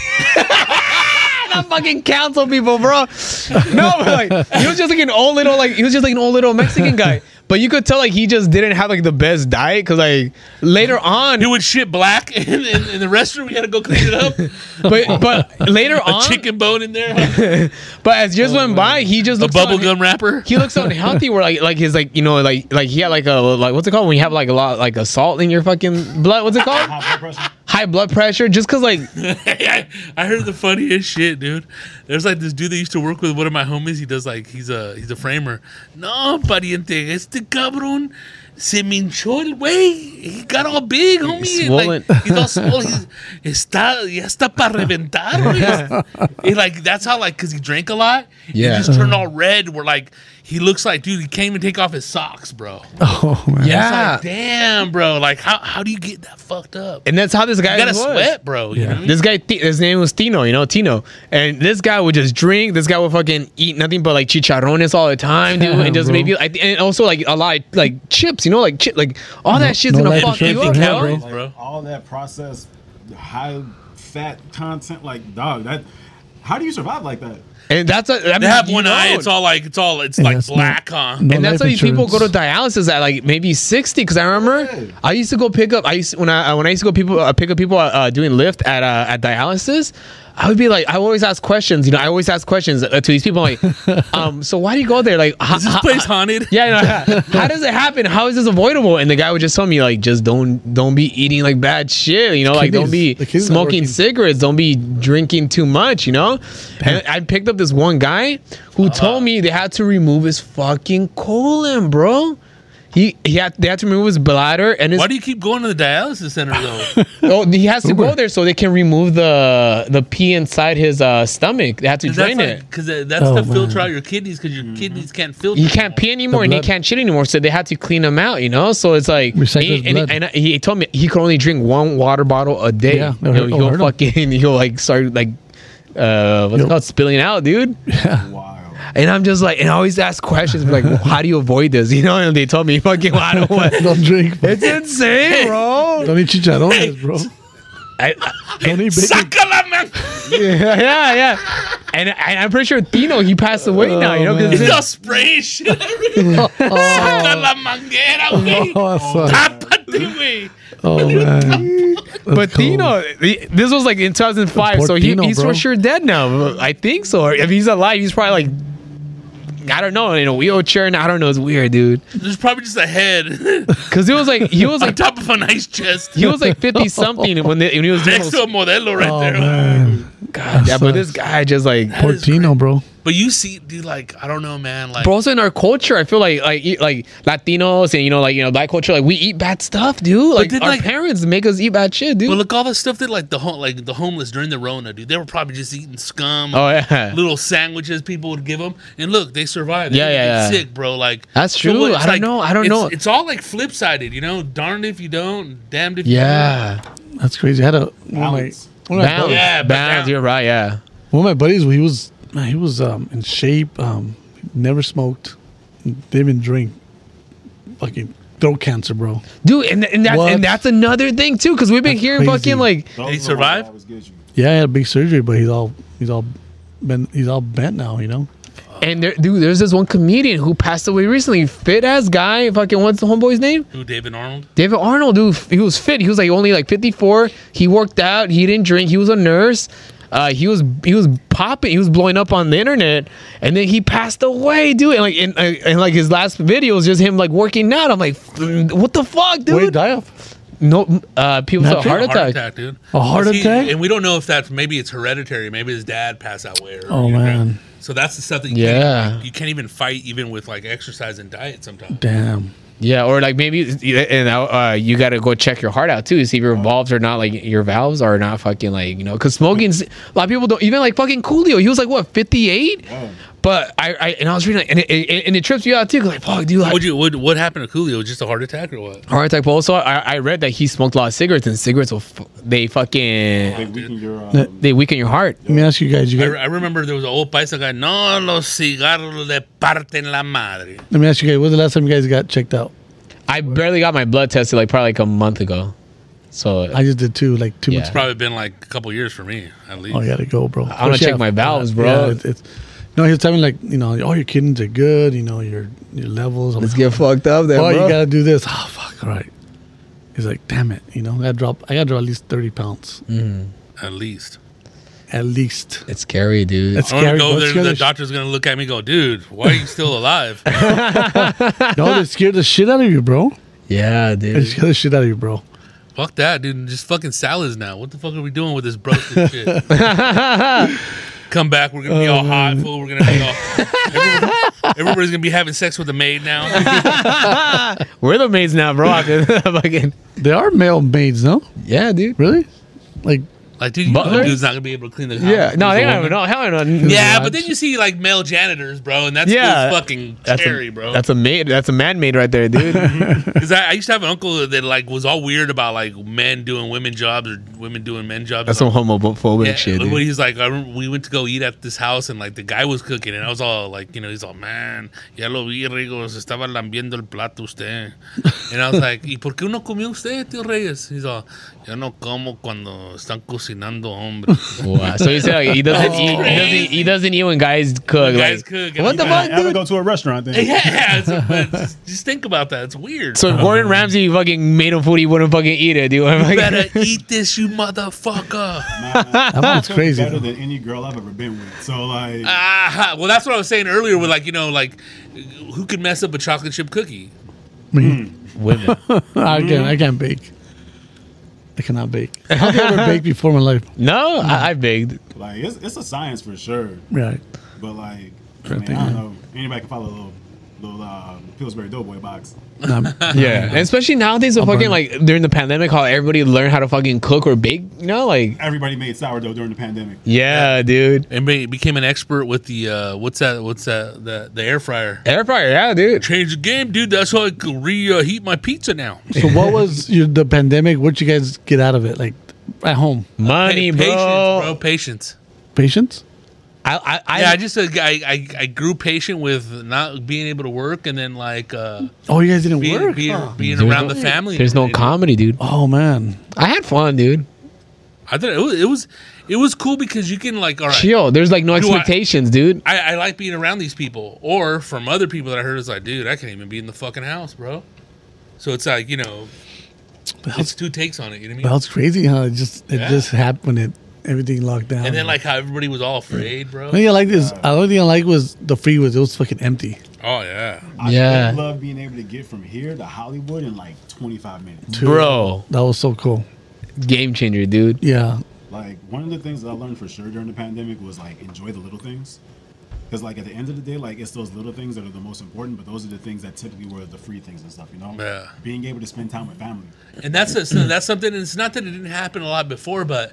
Not fucking council people, bro. No, but like he was just like an old little, like he was just like an old little Mexican guy. But you could tell like he just didn't have like the best diet because like later on, he would shit black in, in, in the restroom. We had to go clean it up. but but later on, Chicken bone in there, But as years went by, he just a looks bubble unhe- gum wrapper. He looks unhealthy. Where like like his like you know like like he had like a like what's it called when you have like a lot like a salt in your fucking blood? What's it Uh-huh. called? High blood pressure. High blood pressure. Just cause like I, I heard the funniest shit, dude. There's like this dude that used to work with one of my homies. He does like he's a he's a framer. No, pariente, este cabrón se minchó el güey. He got all big, homie. He's and, like, swollen. he's all swollen. He's, está ya está para reventar. güey. He, like that's how like because he drank a lot. Yeah. Uh-huh. He just turned all red. Where like He looks like dude. He can't even take off his socks, bro. Oh man. It's like, damn, bro. Like, how, how do you get that fucked up? and that's how this guy You gotta was. sweat, bro. You know what I mean? This guy, Ti- his name was Tino, you know, Tino. And this guy would just drink. This guy would fucking eat nothing but like chicharrones all the time, dude. and just bro. maybe, like, and also like a lot of, like chips, you know, like chip, like all that shit's no gonna life fuck you up, insurance in hell, bro. bro. Like, bro. All that processed, high fat content, like dog. That how do you survive like that? And that's a, I They mean, have you one eye. don't. It's all like it's all it's Yeah, like it's not- black, huh? No and life that's why these people go to insurance. dialysis at like maybe sixty. Because I remember Yeah. I used to go pick up. I used when I when I used to go people uh, pick up people uh, doing lift at uh, at dialysis. I would be like, I always ask questions. You know, I always ask questions uh, to these people. Like, um, so why do you go there? Like, ho- Is this ho- place haunted? yeah, you know, how does it happen? How is this avoidable? And the guy would just tell me like, just don't don't be eating like bad shit. You know, like don't be kidneys- the kidneys not smoking working. cigarettes, don't be drinking too much. You know. And I picked up this one guy who Uh-huh. told me they had to remove his fucking colon, bro. He, he had they had to remove his bladder and his Why do you keep going to the dialysis center though? oh he has to go Uber. there so they can remove the the pee inside his uh, stomach. They had to drain it. Because that's Oh, to filter man. out your kidneys because your kidneys Mm-hmm. can't filter. he can't anymore. pee anymore and he blood. can't shit anymore. So they had to clean him out, you know. So it's like, and, Recycle his he- blood. and he he told me he could only drink one water bottle a day. Yeah, I you know, heard- oh, I he'll heard him. fucking he'll like start like uh what's it Yo. called spilling out, dude. Wow. And I'm just like, and I always ask questions like, well, how do you avoid this? You know, and they told me fucking, well, I don't want. Don't drink. It's insane, bro. Don't eat chicharrones, bro. I, Don't eat bacon. Sácala, man. yeah, yeah, yeah. And, and I'm pretty sure Tino he passed away now. You know, Oh, man. because He's just spraying shit everywhere. Saca la manguera, güey. Oh, fuck. Tápate, güey. Oh, man. But That's cool. Tino, he- this was like in 2005, Poor so he, Tino, he's bro. for sure dead now. I think so. Or If he's alive, he's probably like, I don't know, in a wheelchair. And I don't know. It's weird, dude. There's probably just a head Because he was like, he was on like, top of a nice chest. he was like 50 something when, they, when he was doing Next those- to a modelo right Oh, there. man. God, yeah, but this guy just like. That is Portino, bro. But you see, dude, like I don't know, man. Like But also in our culture, I feel like like e- like Latinos and you know like you know black culture, like we eat bad stuff, dude. Like didn't, our like- parents make us eat bad shit, dude. But look, all the stuff that like the ho- like the homeless during the Rona, dude, they were probably just eating scum, oh yeah, little sandwiches people would give them, and look, they survived. They Yeah, didn't yeah, get yeah. Sick, bro. Like That's true. what- I it's don't know. I don't it's- know. It's all like flip sided, you know. Darned if you don't, damned if yeah, That's crazy. I had a one of my, Balance. one of my Bounds. buddies- Yeah, but Bounds, now- You're right. Yeah. One of my buddies, he was man, he was um, in shape. Um, never smoked, didn't even drink. Fucking throat cancer, bro. dude and, and that's What? and that's another thing too because we've been That's hearing crazy. fucking like Those he are the ones survive? that always get you. Yeah, he had a big surgery, but he's all he's all bent he's all bent now. You know. and there, dude there's this one comedian who passed away recently fit ass guy fucking what's the homeboy's name you. Who David Arnold? david arnold dude he was fit he was like only like 54 he worked out he didn't drink he was a nurse uh, he was he was popping he was blowing up on the internet and then he passed away dude and like and, and, and like his last video was just him like working out i'm like what the fuck dude What did he die of? no uh people said Natural heart attack, dude. A heart Because he- attack? and we don't know if that's maybe it's hereditary. Maybe his dad passed that way. Or, Oh, you know, man. So that's the stuff that you Yeah. can't, like, you can't even fight, even with like exercise and diet sometimes. Damn. Yeah, or like maybe, and uh, you got to go check your heart out too to see if your valves are not like your valves are not fucking like you know because smoking's a lot of people don't even like fucking Coolio. He was like what fifty eight, Yeah. but I, I and I was reading like, and it, it, and it trips you out too. 'cause, Like fuck, dude, like, What you what what happened to Coolio? Just a heart attack or what? heart attack. But also, I, I read that he smoked a lot of cigarettes, and cigarettes will f- they fucking They weaken your. Um, they weaken your heart. Let me ask you guys. You I, guys I remember there was an old paisa guy. No, los cigarros le parten la madre. let me ask you guys. When's the last time you guys got checked out? I barely got my blood tested like probably like a month ago, so I just did two, like two months. Yeah. Ago. Probably been like a couple years for me at least. Oh, I gotta go, bro. I wanna check my valves, bro. it's, it's, no, he was telling me like you know, all your kidneys are good. You know your your levels. I'm like, get fucked up there, oh, you gotta do this. Oh fuck, all right. He's like, damn it, you know, I gotta drop. I gotta drop at least thirty pounds, Mm. At least. at least. it's scary, dude. That's I'm gonna scary. go bro. over there. Scared and The the sh- doctor's gonna look at me. and Go, dude. Why are you still alive? no, they scared the shit out of you, bro. yeah, dude. They scared the shit out of you, bro. fuck that, dude. Just fucking salads now. What the fuck are we doing with this broken shit? Come back. We're gonna be Oh, all hot. Fool. We're gonna be all. Everybody- everybody's gonna be having sex with a maid now. We're the maids now, bro. Fucking- They are male maids, no? yeah, dude. Really? Like Like, dude, you know, Butler? the dude's not gonna be able to clean the house. Yeah, no, He's they a don't woman. even know. Hell no. Yeah, but then you see like male janitors, bro, and that's Yeah. yeah, fucking that's scary, a, bro. That's a maid. That's a man made right there, dude. Because I, I used to have an uncle that like was all weird about like men doing women jobs or women doing men jobs. that's some Like, homophobic yeah, shit, but dude. he's like, I remember we went to go eat at this house, and like the guy was cooking, and I was all like, you know, he's all, man, ya lo vi, Rigo, se estaba lambiendo el plato usted. And I was like, ¿y por qué no comió usted, tío Reyes? He's all, yo no como cuando están cocinando hombres. Wow. So he said like, he doesn't eat. He doesn't, he doesn't eat when guys cook. guys like, cook, and What the he- fuck, I would dude? go to a restaurant then. yeah, it's, but just, just think about that. It's weird. So if Gordon Ramsay fucking made him food, he wouldn't fucking eat it, dude. I'm you like- better eat this, you motherfucker. That one's crazy. Better though. than any girl I've ever been with. So like, Ah, well, that's what I was saying earlier. With like, you know, like, who could mess up a chocolate chip cookie? women. I can't. I can't bake. I cannot bake. I have ever baked before in my life. No, I, I begged. like it's, it's a science for sure. Right. But like, I, Trying mean, to think, I man. don't know. Anybody can follow a little, little uh, Pillsbury Doughboy box. Nah, Yeah, and especially nowadays, the fucking like during the pandemic, how everybody learned how to fucking cook or bake. You know, like Everybody made sourdough during the pandemic. yeah, dude. And be- became an expert with the uh, what's that? What's that? The the air fryer. Air fryer, yeah, dude. Change the game, dude. That's how I could reheat my pizza now. So what was your, the pandemic? What you guys get out of it? Like at home, Money, Hey, bro. Patience, bro. Patience. patience. I, I, I, Yeah, I just uh, I, I I grew patient with not being able to work, and then like uh, Oh, you guys didn't being work. being, huh? being There's around no- the family. There's no It- comedy, dude. Oh man, I had fun, dude. I thought it was, it was it was cool because you can like all right. Chill. There's like no Do I- expectations, dude. I, I like being around these people. Or from other people that I heard, it's like, dude, I can't even be in the fucking house, bro. So it's like, you know, it's two takes on it. You know what I well, mean? it's crazy, huh? It just it Yeah. just happened. It everything locked down. And then like uh, how everybody was all afraid, bro. The only thing I like this. The only thing I like was the free was it was fucking empty. Oh yeah. I Yeah. love being able to get from here to Hollywood in like 25 minutes. Bro, That was so cool. game changer, dude. Yeah, Like one of the things that I learned for sure during the pandemic was like enjoy the little things. Because like at the end of the day, like it's those little things that are the most important, but those are the things that typically were the free things and stuff, you know? Yeah. Being able to spend time with family. And that's a, so that's something. And it's not that it didn't happen a lot before, but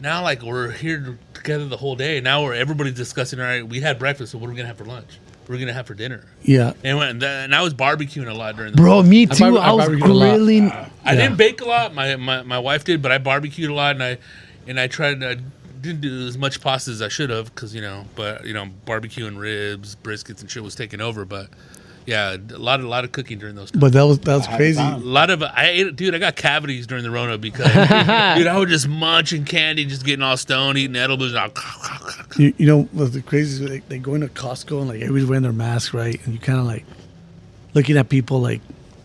now like we're here together the whole day. Now we're everybody's discussing. All right, we had breakfast, so what are we gonna have for lunch? What are we gonna have for dinner? yeah, And when, and I was barbecuing a lot during the Bro, me I too. barbe- I, I was barbecued a lot. grilling. I Yeah. didn't bake a lot. My, my my wife did, but I barbecued a lot, and I and I tried. I didn't do as much pasta as I should have, because you know, but you know, barbecue and ribs, briskets, and shit was taking over. But yeah, a lot a lot of cooking during those. but that was that was crazy. I A lot of I ate, dude. I got cavities during the Rona because, dude, I was just munching candy, just getting all stoned, eating edibles. And all, You, you know what's the crazy is like, like going to Costco and like everybody's wearing their mask, right? And you kind of like looking at people like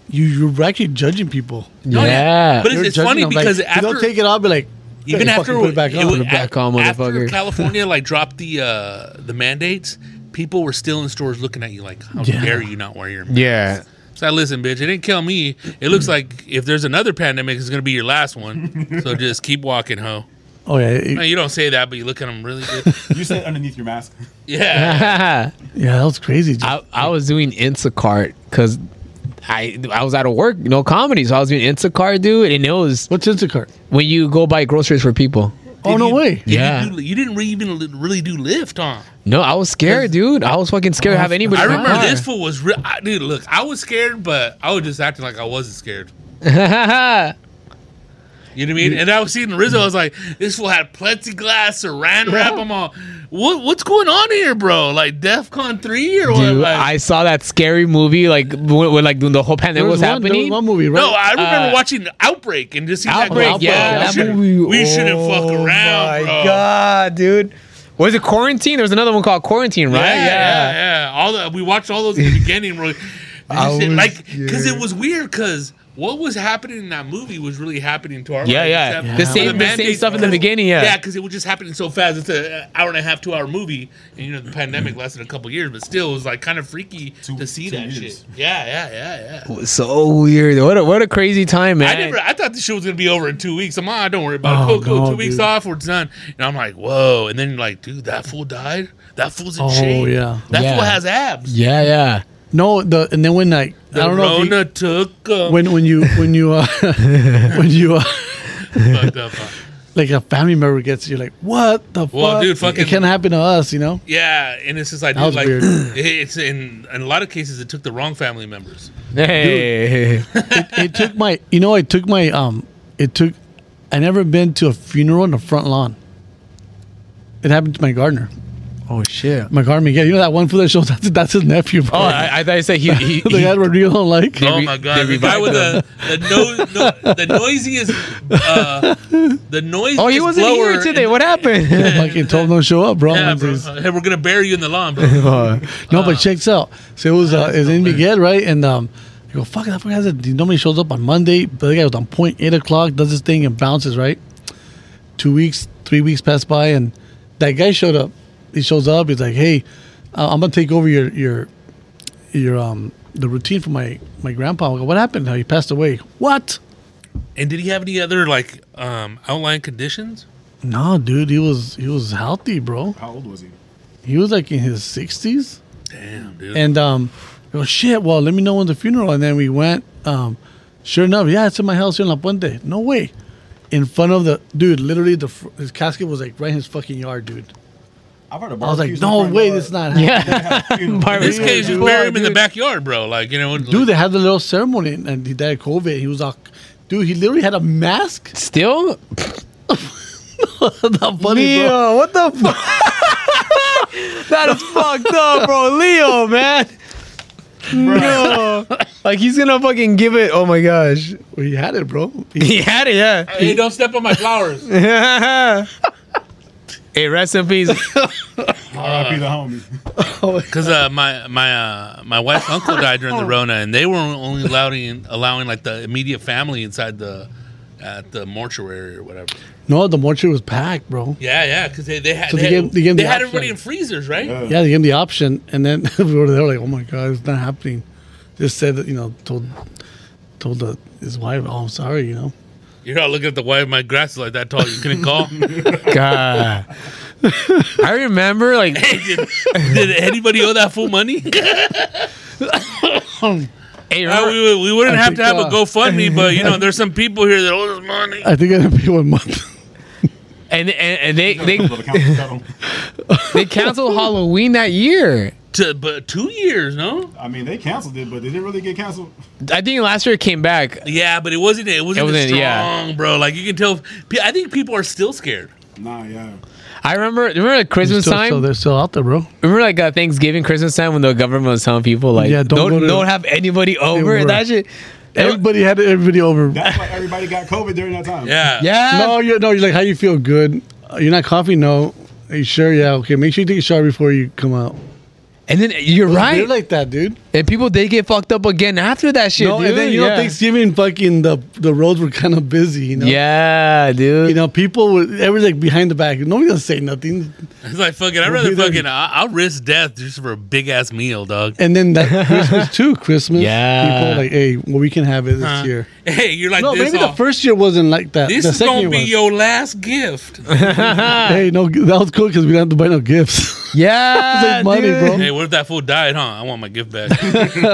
you you're actually judging people. No, yeah. yeah. But it- You're It's judging funny like, because if they don't after- take it off, be like even "Hey, after fucking put it back it on. was- Put it back a- on, after motherfucker. California like dropped the uh, the mandates, people were still in stores looking at you like, "How Yeah. dare you not wear your mask?" Yeah. So I listen, bitch. It didn't kill me. It looks like if there's another pandemic, it's gonna be your last one. so just keep walking, ho. oh yeah, No, it- you don't say that, but you look at them really good. You said underneath your mask. Yeah. yeah, that was crazy. dude. I, I was doing Instacart because I I was out of work, no comedy, so I was doing Instacart, dude, and it was What's Instacart? when you go buy groceries for people. Oh no way! Did Yeah. You, do, you didn't re- even li- really do lift, huh? No, I was scared, dude. I was fucking scared to have anybody. I in my remember car. this fool was real. I- Dude, look, I was scared, but I was just acting like I wasn't scared. You know what I mean? And I was seeing Rizzo. I was like, this fool had plexiglass, saran wrap. I'm all, what, what's going on here, bro? Like DEF CON 3 or what? Dude, Like, I saw that scary movie like when, when, like when the whole pandemic was, one, there happening. was one movie, right? no, I remember uh, watching Outbreak and just seeing Outbreak, that girl. bro, yeah, we that shouldn't- movie. We shouldn't fuck oh around, my bro. god, dude. Was it quarantine? There was another one called Quarantine, right? Yeah, yeah, yeah. All the we watched all those in the beginning, bro. I Just it- was like, because scared. it was weird. Because what was happening in that movie was really happening to our Yeah, lives, yeah. except The for same- the same mandates, stuff in the 'cause- beginning, yeah. yeah, because it was just happening so fast. It's an hour and a half, two hour movie, and you know the Mm. pandemic lasted a couple years, but still, it was like kind of freaky Two- to see two that years. shit. Yeah, yeah, yeah, yeah. It was so weird. What a what a crazy time, man. I never. I thought the shit was gonna be over in two weeks. I'm like, "Ah, don't worry about it. Oh, Cool, cool. no, two weeks dude. off, we're done. And I'm like, whoa. And then like, dude, that fool died. That fool's in Oh, shape. yeah. That Yeah. fool has abs. yeah, yeah. no, the and then when like The I don't know if Rona you, took 'em. when when you when you uh, when you uh, Fucked up, huh? like a family member gets you, like what the Well, fuck? dude, fucking- it can happen to us, you know. Yeah, and it's just like, That was dude, like weird. it's in, in a lot of cases it took the wrong family members. Hey, It took my, you know, it took my, um, it took. I never been to a funeral in the front lawn. It happened to my gardener. oh shit. My gardener, yeah, you know that one fool that shows that's, that's his nephew. Bro. Oh, I, I thought you said he. he, the he- guy Rodrigo don't like. oh re- my they god, the guy revived with the the, no, no, the noisiest, uh, the noisiest. oh, he wasn't blower here today. in- What happened? Fucking told him don't show up, bro. Yeah, Once bro. he's- Hey, we're gonna bury you in the lawn, bro. Uh, no, but checks out. So it was uh, it's in Miguel, right? And um, I go, fuck it, I forgot that nobody shows up on Monday. But the guy was on point eight o'clock, does his thing and bounces, right? Two weeks, three weeks pass by, and that guy showed up. He shows up. He's like, hey, uh, I'm gonna take over your your your um the routine for my my grandpa. I go, what happened? How he passed away? What? And did he have any other like um, outlying conditions? No, dude, he was he was healthy, bro. How old was he? He was like in his sixties. Damn, dude. And um, I go, shit, well, let me know when the funeral. And then we went. Um, sure enough, yeah, it's at my house here in La Puente. No way. In front of the dude, literally, the fr- his casket was like right in his fucking yard, dude. I've heard of I was like, no way, this not happening. not. this case just Yeah, bury him in the dude. backyard, bro. Like you know, Dude, they had the little ceremony, and- and he died of COVID. He was like, dude, he literally had a mask. Still, not funny, bro. Leo, what the fuck? that is fucked up, bro. Leo, man. No, like he's gonna fucking give it. Oh my gosh, Well, he had it, bro. He- he had it, yeah. hey, don't step on my flowers. hey, rest in peace. R.I.P. the homie. Because uh, my my uh, my wife's uncle died during the Rona, and they were only allowing allowing like the immediate family inside the at the mortuary or whatever. No, the mortuary was packed, bro. Yeah, yeah, because they, they had So they, they had, gave- they gave they the had everybody option. in freezers, right? Yeah, they gave him the option, and then we were there like, oh my god, it's not happening. Just said that, you know, told told the, his wife, oh, I'm sorry, you know. You're not looking at the wife. My grass is like that tall. You couldn't call. God, I remember like did, did anybody owe that fool money? hey, Uh, remember, we, we wouldn't I have to have think, a uh, GoFundMe, but you know, there's some people here that owe us money. I think I didn't pay one month. and, and and they they Couple of accounts settled. they canceled Halloween that year. To, but two years, no? I mean, they canceled it, but they didn't really get canceled. I think last year it came back. Yeah, but it wasn't it wasn't, It as wasn't, strong, yeah. bro. Like you can tell. I think people are still scared. Nah, yeah. I remember remember like Christmas still, time. still- they're still out there, bro. Remember like uh, Thanksgiving, Christmas time when the government was telling people like, Yeah, don't don't go don't, to- have anybody over were. and that shit. Everybody had everybody over. That's why everybody got COVID during that time. Yeah. yeah, No, you're no, you're like, how you feel? Good. Uh, You're not coughing? No. Are you sure? Yeah. Okay. Make sure you take a shower before you come out. and then you're You're right, like that, dude. and people they get fucked up again after that shit. no, dude. and then you yeah. know Thanksgiving, fucking the the roads were kind of busy. You know. Yeah, dude. You know, people were everything like behind the back. Nobody gonna say nothing. It's like fucking. I'd We'll rather be there. fucking. I- I'll risk death just for a big ass meal, dog. And then that Christmas too, Christmas. Yeah. Uh-huh. People like, hey, well, we can have it this Huh? year. Uh, Hey, you're like No, this. maybe the all- first year wasn't like that. this the is second gonna year be was. your last gift. hey, no, that was cool because we didn't have to buy no gifts. yeah, Save money, dude. bro. hey, what if that fool died, huh? I want my gift back. Give me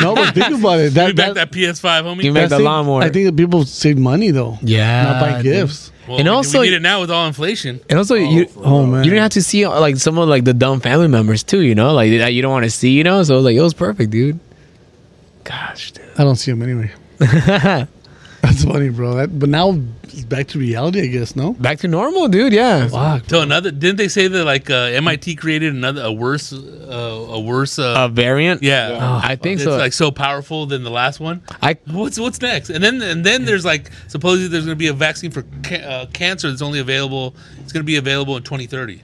no, but think about it. That, back that PS5, homie. You make that the saved- lawnmower. I think that people save money though. Yeah, Not buy dude. gifts. Well, And we- also- we need it now with all inflation. And also, you for Oh man. you didn't have to see like some of like the dumb family members too. You know, like that you don't want to see. You know, so like it was perfect, dude. Gosh, dude. I don't see them anyway. That's funny, bro. That, but now it's back to reality, I guess. No. Back to normal, dude. Yeah. Fuck. So another didn't they say that like uh, MIT created another a worse uh, a worse uh, A variant. yeah. Oh. I think it's so. like so powerful than the last one. I What's what's next? And then and then there's like supposedly there's going to be a vaccine for ca- uh, cancer that's only available. It's going to be available in 2030.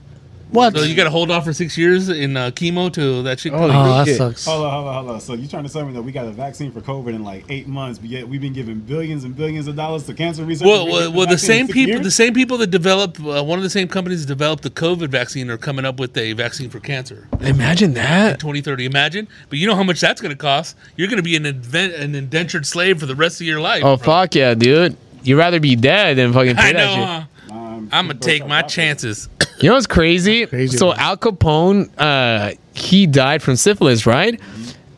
What? So you got to hold off for six years in uh, chemo till that shit. comes. oh, that shit. sucks. Hold on, hold on, hold on. So you trying to tell me that we got a vaccine for COVID in like eight months, but yet we've been giving billions and billions of dollars to cancer research. Well, well, well the same people, the same people that develop uh, one of the same companies that developed the COVID vaccine are coming up with a vaccine for cancer. imagine that. 2030, imagine. But you know how much that's going to cost. You're going to be an, inven- an indentured slave for the rest of your life. Oh bro. fuck yeah, dude. You'd rather be dead than fucking pay I know. that shit. huh? Um, I'm gonna take my chances. You know what's crazy? crazy, so man. Al Capone, uh, he died from syphilis, right?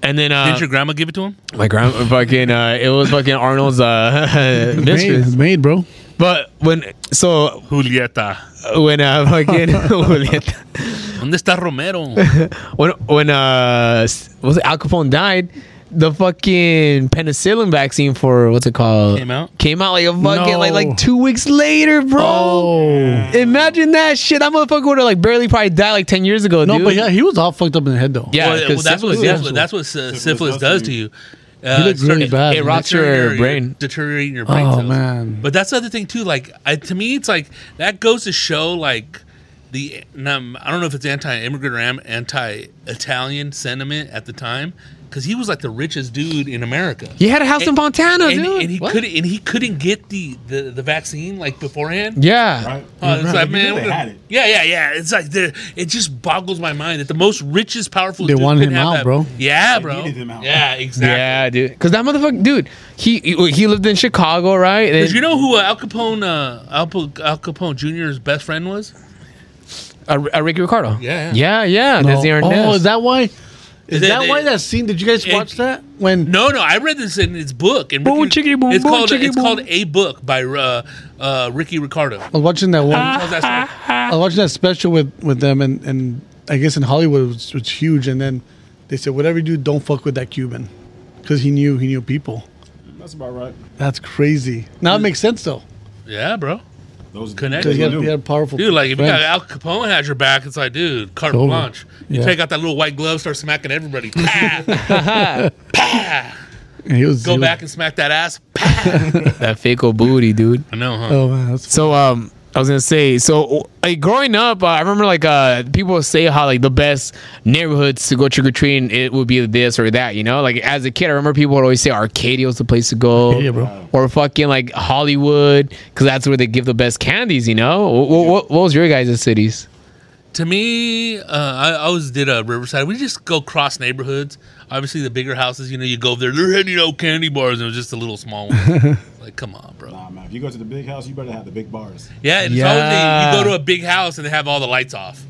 And then uh, Didn't your grandma give it to him? my grandma fucking uh, it was fucking Arnold's uh, Made, mistress. made, bro. But when so Julieta. when uh fucking Julieta, ¿Dónde está Romero? when when uh s- was it Al Capone died, the fucking penicillin vaccine for what's it called Came out? came out like a fucking like No. like two weeks later, bro. Oh. Imagine that shit. That motherfucker would have like barely probably died like ten years ago. No, dude. but yeah, he was all fucked up in the head though. yeah, Well, well, 'cause that's, what, syphilis- that's what that's what uh, syphilis, does to you. Uh, He looked it starts- really bad. it man. rots- your deteriorating- brain. deteriorating your brain Oh, cells. man. But that's the other thing too. Like I, to me, it's like that goes to show like the um, I don't know if it's anti-immigrant or am- anti-Italian sentiment at the time because he was like the richest dude in America. He had a house in And- Fontana, and, dude. and he What? couldn't and he couldn't get the the, the vaccine like beforehand. Yeah. Right? Uh, it's like, You man, knew we're they gonna- had it. yeah, yeah, yeah. It's like they're- it just boggles my mind that the most richest, powerful They dude wanted couldn't him have out, that- bro. Yeah, They bro. needed him out. Yeah, exactly. Yeah, dude. Because that motherfucker, dude, he he he lived in Chicago, right? And- 'Cause you know who uh, Al Capone, uh, Al, Pa- Al Capone Jr.'s best friend was? uh, uh, Ricky Ricardo. Yeah, yeah, yeah. No. That's the Ernest. Oh, is that why? Is They- that they- why that scene? Did you guys It- watch that when? No, no, I read this in his book. And Boom, chickity, boom, it's boom, called, chickity, It's boom. called A Book by uh, uh, Ricky Ricardo. I was watching that one. How's that sound? I was watching that special with with them, and and I guess in Hollywood it was, it's huge. And then they said, whatever you do, don't fuck with that Cuban, because he knew he knew people. That's about right. That's crazy. Now it makes sense though, yeah, bro. Those Connect. because those he, Yeah, had- knew. he had powerful. Dude, like if you friends. got Al Capone has your back, it's like, dude, carte Totally. blanche. You Yeah. take out that little white glove, start smacking everybody. Pah! Pah! And he was Go he was- back and smack that ass. Pah! that fake old booty, dude. I know, huh? Oh man, that's So um, I was gonna say, so like growing up, uh, I remember like uh, people would say how like the best neighborhoods to go trick or treating it would be this or that, you know. Like as a kid, I remember people would always say Arcadia was the place to go, Arcadia, bro. or fucking like Hollywood, because that's where they give the best candies, you know. What, what, what was your guys' cities? To me, uh, I I always did a Riverside. We just go cross neighborhoods. Obviously, the bigger houses, you know, you go over there, they're handing out candy bars, and it was just a little small one. like, come on, bro. Nah, man. If you go to the big house, you better have the big bars. Yeah, and Yeah. it's always you go to a big house and they have all the lights off.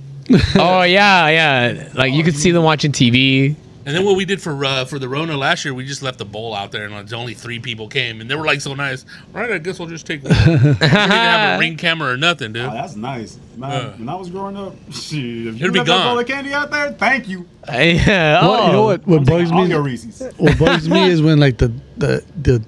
oh yeah, yeah. Like you could see them watching TV. And then what we did for uh, for the Rona last year, we just left the bowl out there, and like, only three people came, and they were like so nice. All right, I guess we'll just take. One. we didn't have a ring camera or nothing, dude. Oh, that's nice. Man, Yeah. when I was growing up, shit, if you It'd be left that gone. bowl of candy out there, thank you. yeah. Oh. what, you know what? What I'm taking bugs all your me? Reese's. What bugs me is when like the the the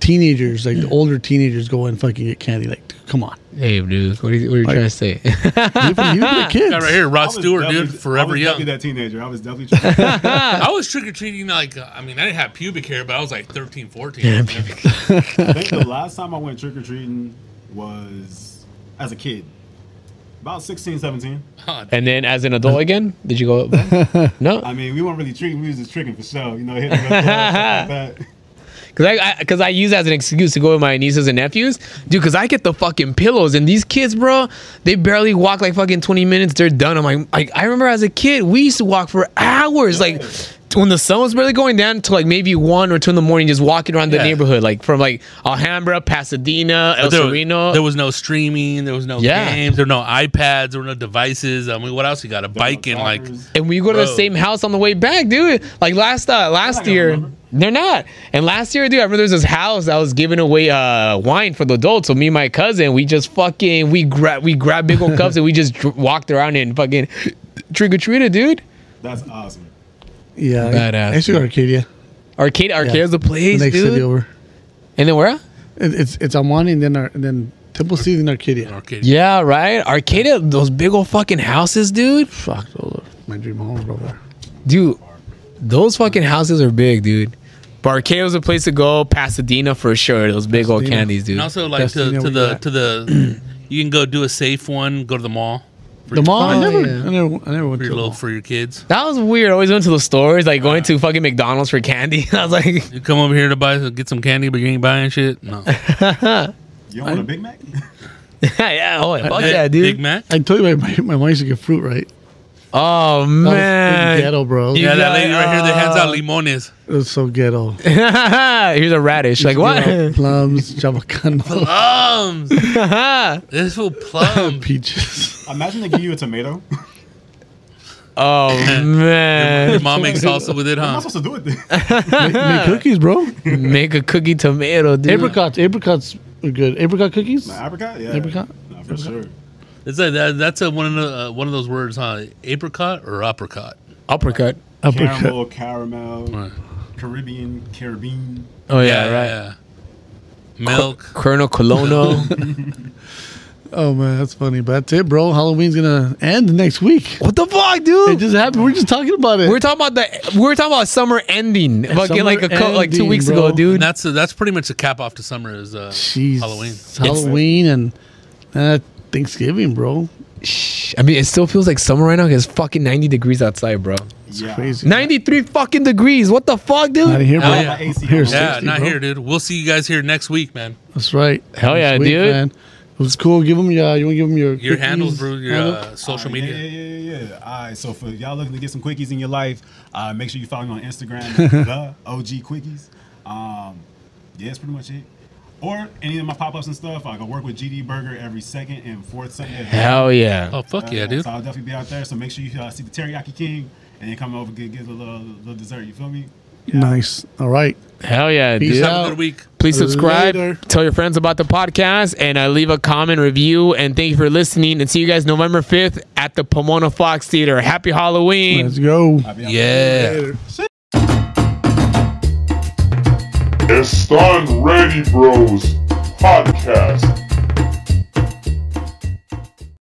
teenagers, like the older teenagers, go and fucking get candy. Like, dude, come on, Hey, dude. What are you, what are you Like- trying to say? you for you for the kids. Guy right here, I Rod was Stewart, definitely- dude, forever I was young. definitely that teenager. I was definitely trying. I was trick or treating like uh, I mean, I didn't have pubic hair, but I was like 13, 14. you know? I think the last time I went trick or treating was as a kid, about 16, 17. Huh, and then as an adult again, did you go? no. I mean, we weren't really tricking. We was just tricking for show. You know, hitting the red ball, stuff like that. Cause I, I cause I use that as an excuse to go with my nieces and nephews, dude. Cause I get the fucking pillows, and these kids, bro, they barely walk like fucking twenty minutes. They're done. I'm like, like I remember as a kid, we used to walk for hours, like when the sun was barely going down to like maybe one or two in the morning, just walking around Yeah. the neighborhood, like from like Alhambra, Pasadena, El there, Sereno. there was no streaming. There was no Yeah. games. There were no iPads. There were no devices. I mean, what else you got? A bike and like Dollars. and we go to the Bro. same house on the way back, dude. Like last uh, last gonna year, remember. they're not. And last year, dude, I remember there was this house that was giving away uh, wine for the adults. So me and my cousin, we just fucking we grab we grabbed big old cups and we just dr- walked around and fucking trick or treated, dude. That's awesome. Yeah, I- Badass, I used to go to Arcadia. Arcade, Arcade's the The place, next dude. city over. And then where? It, it's it's Amwani and then Ar- and then Temple City and Arcadia. arcade. Yeah, right. Arcadia, those big old fucking houses, dude. Fuck, those are my dream home, brother. Dude, those fucking houses are big, dude. But Arcadia was a place to go. Pasadena for sure. Those big old Pasadena. candies, dude. And also like Best to, thing that to we the got. to the you can go do a safe one. Go to the mall. For The your- mall? I Oh, never, yeah. I never, I never went for to your the little mall. for your kids. That was weird. Always went to the stores, like going to fucking McDonald's for candy. I was like, You come over here to buy get some candy, but you ain't buying shit. No, fuck You don't want a Big Mac? yeah, oh, fuck yeah, Big dude. Mac. I told you my, my, my mom used to get fruit, right? That Oh was freaking man, ghetto, bro. You Yeah, that got- uh, lady right here that hands out limones. It was so ghetto. here's a radish. Like what? You know, plums, chabacano, Plums. this will plum. peaches. Imagine they give you a tomato. what am oh Your man, mom makes salsa with it, I huh? supposed to do with this? Make cookies, bro. make a cookie tomato, dude. Apricots, apricots We're good. Apricot cookies? Nah, apricot? Yeah. Apricot? Nah, for sure. It's like that, that's a, one of the, uh, one of those words, huh? Apricot or apricot? Uppercut. Apricot. Caramel, caramel, Right. Caribbean, Caribbean. Oh yeah, right. yeah. Milk. Colonel Colono. Oh man, that's funny. But that's it, bro. Halloween's gonna end next week. what the fuck, It dude? just happened. We're just talking about it. We We're talking about the we were talking about summer ending, fucking like a Summer cou- like two ending, weeks bro. ago, dude. And that's that's pretty much a cap off to summer is uh, Jeez. Halloween. It's Halloween and uh, Thanksgiving, bro. Shh. I mean, it still feels like summer right now. 'cause It's fucking ninety degrees outside, bro. It's Crazy. Ninety three fucking degrees. What the fuck, dude? Not here, bro. Hell yeah. Here, Yeah, 60, not bro. here, dude. We'll see you guys here next week, man. That's right. Hell That's yeah, dude. It was cool. Give them your. You want to give them your Your cookies? handles, bro. Your Handle? uh, social All right, media. Yeah, yeah, yeah, yeah. All right, so for y'all looking to get some quickies in your life, uh, make sure you follow me on Instagram, the OG Quickies. Um, yeah, that's pretty much it. Or any of my pop ups and stuff. I go work with GD Burger every second and fourth Sunday. of the month. Hell yeah. Oh fuck Uh, yeah, dude. So I'll definitely be out there. So make sure you uh, see the Teriyaki King and then come over and get, get a little, little dessert. You feel me? Nice. All right. Hell yeah, Peace dude. out. Have a good week. Please subscribe. Later. Tell your friends about the podcast and uh, leave a comment review. And thank you for listening. And see you guys November 5th at the Pomona Fox Theater. Happy Halloween. Let's go. I'll be out Yeah. Later. Estan Ready Bros Podcast.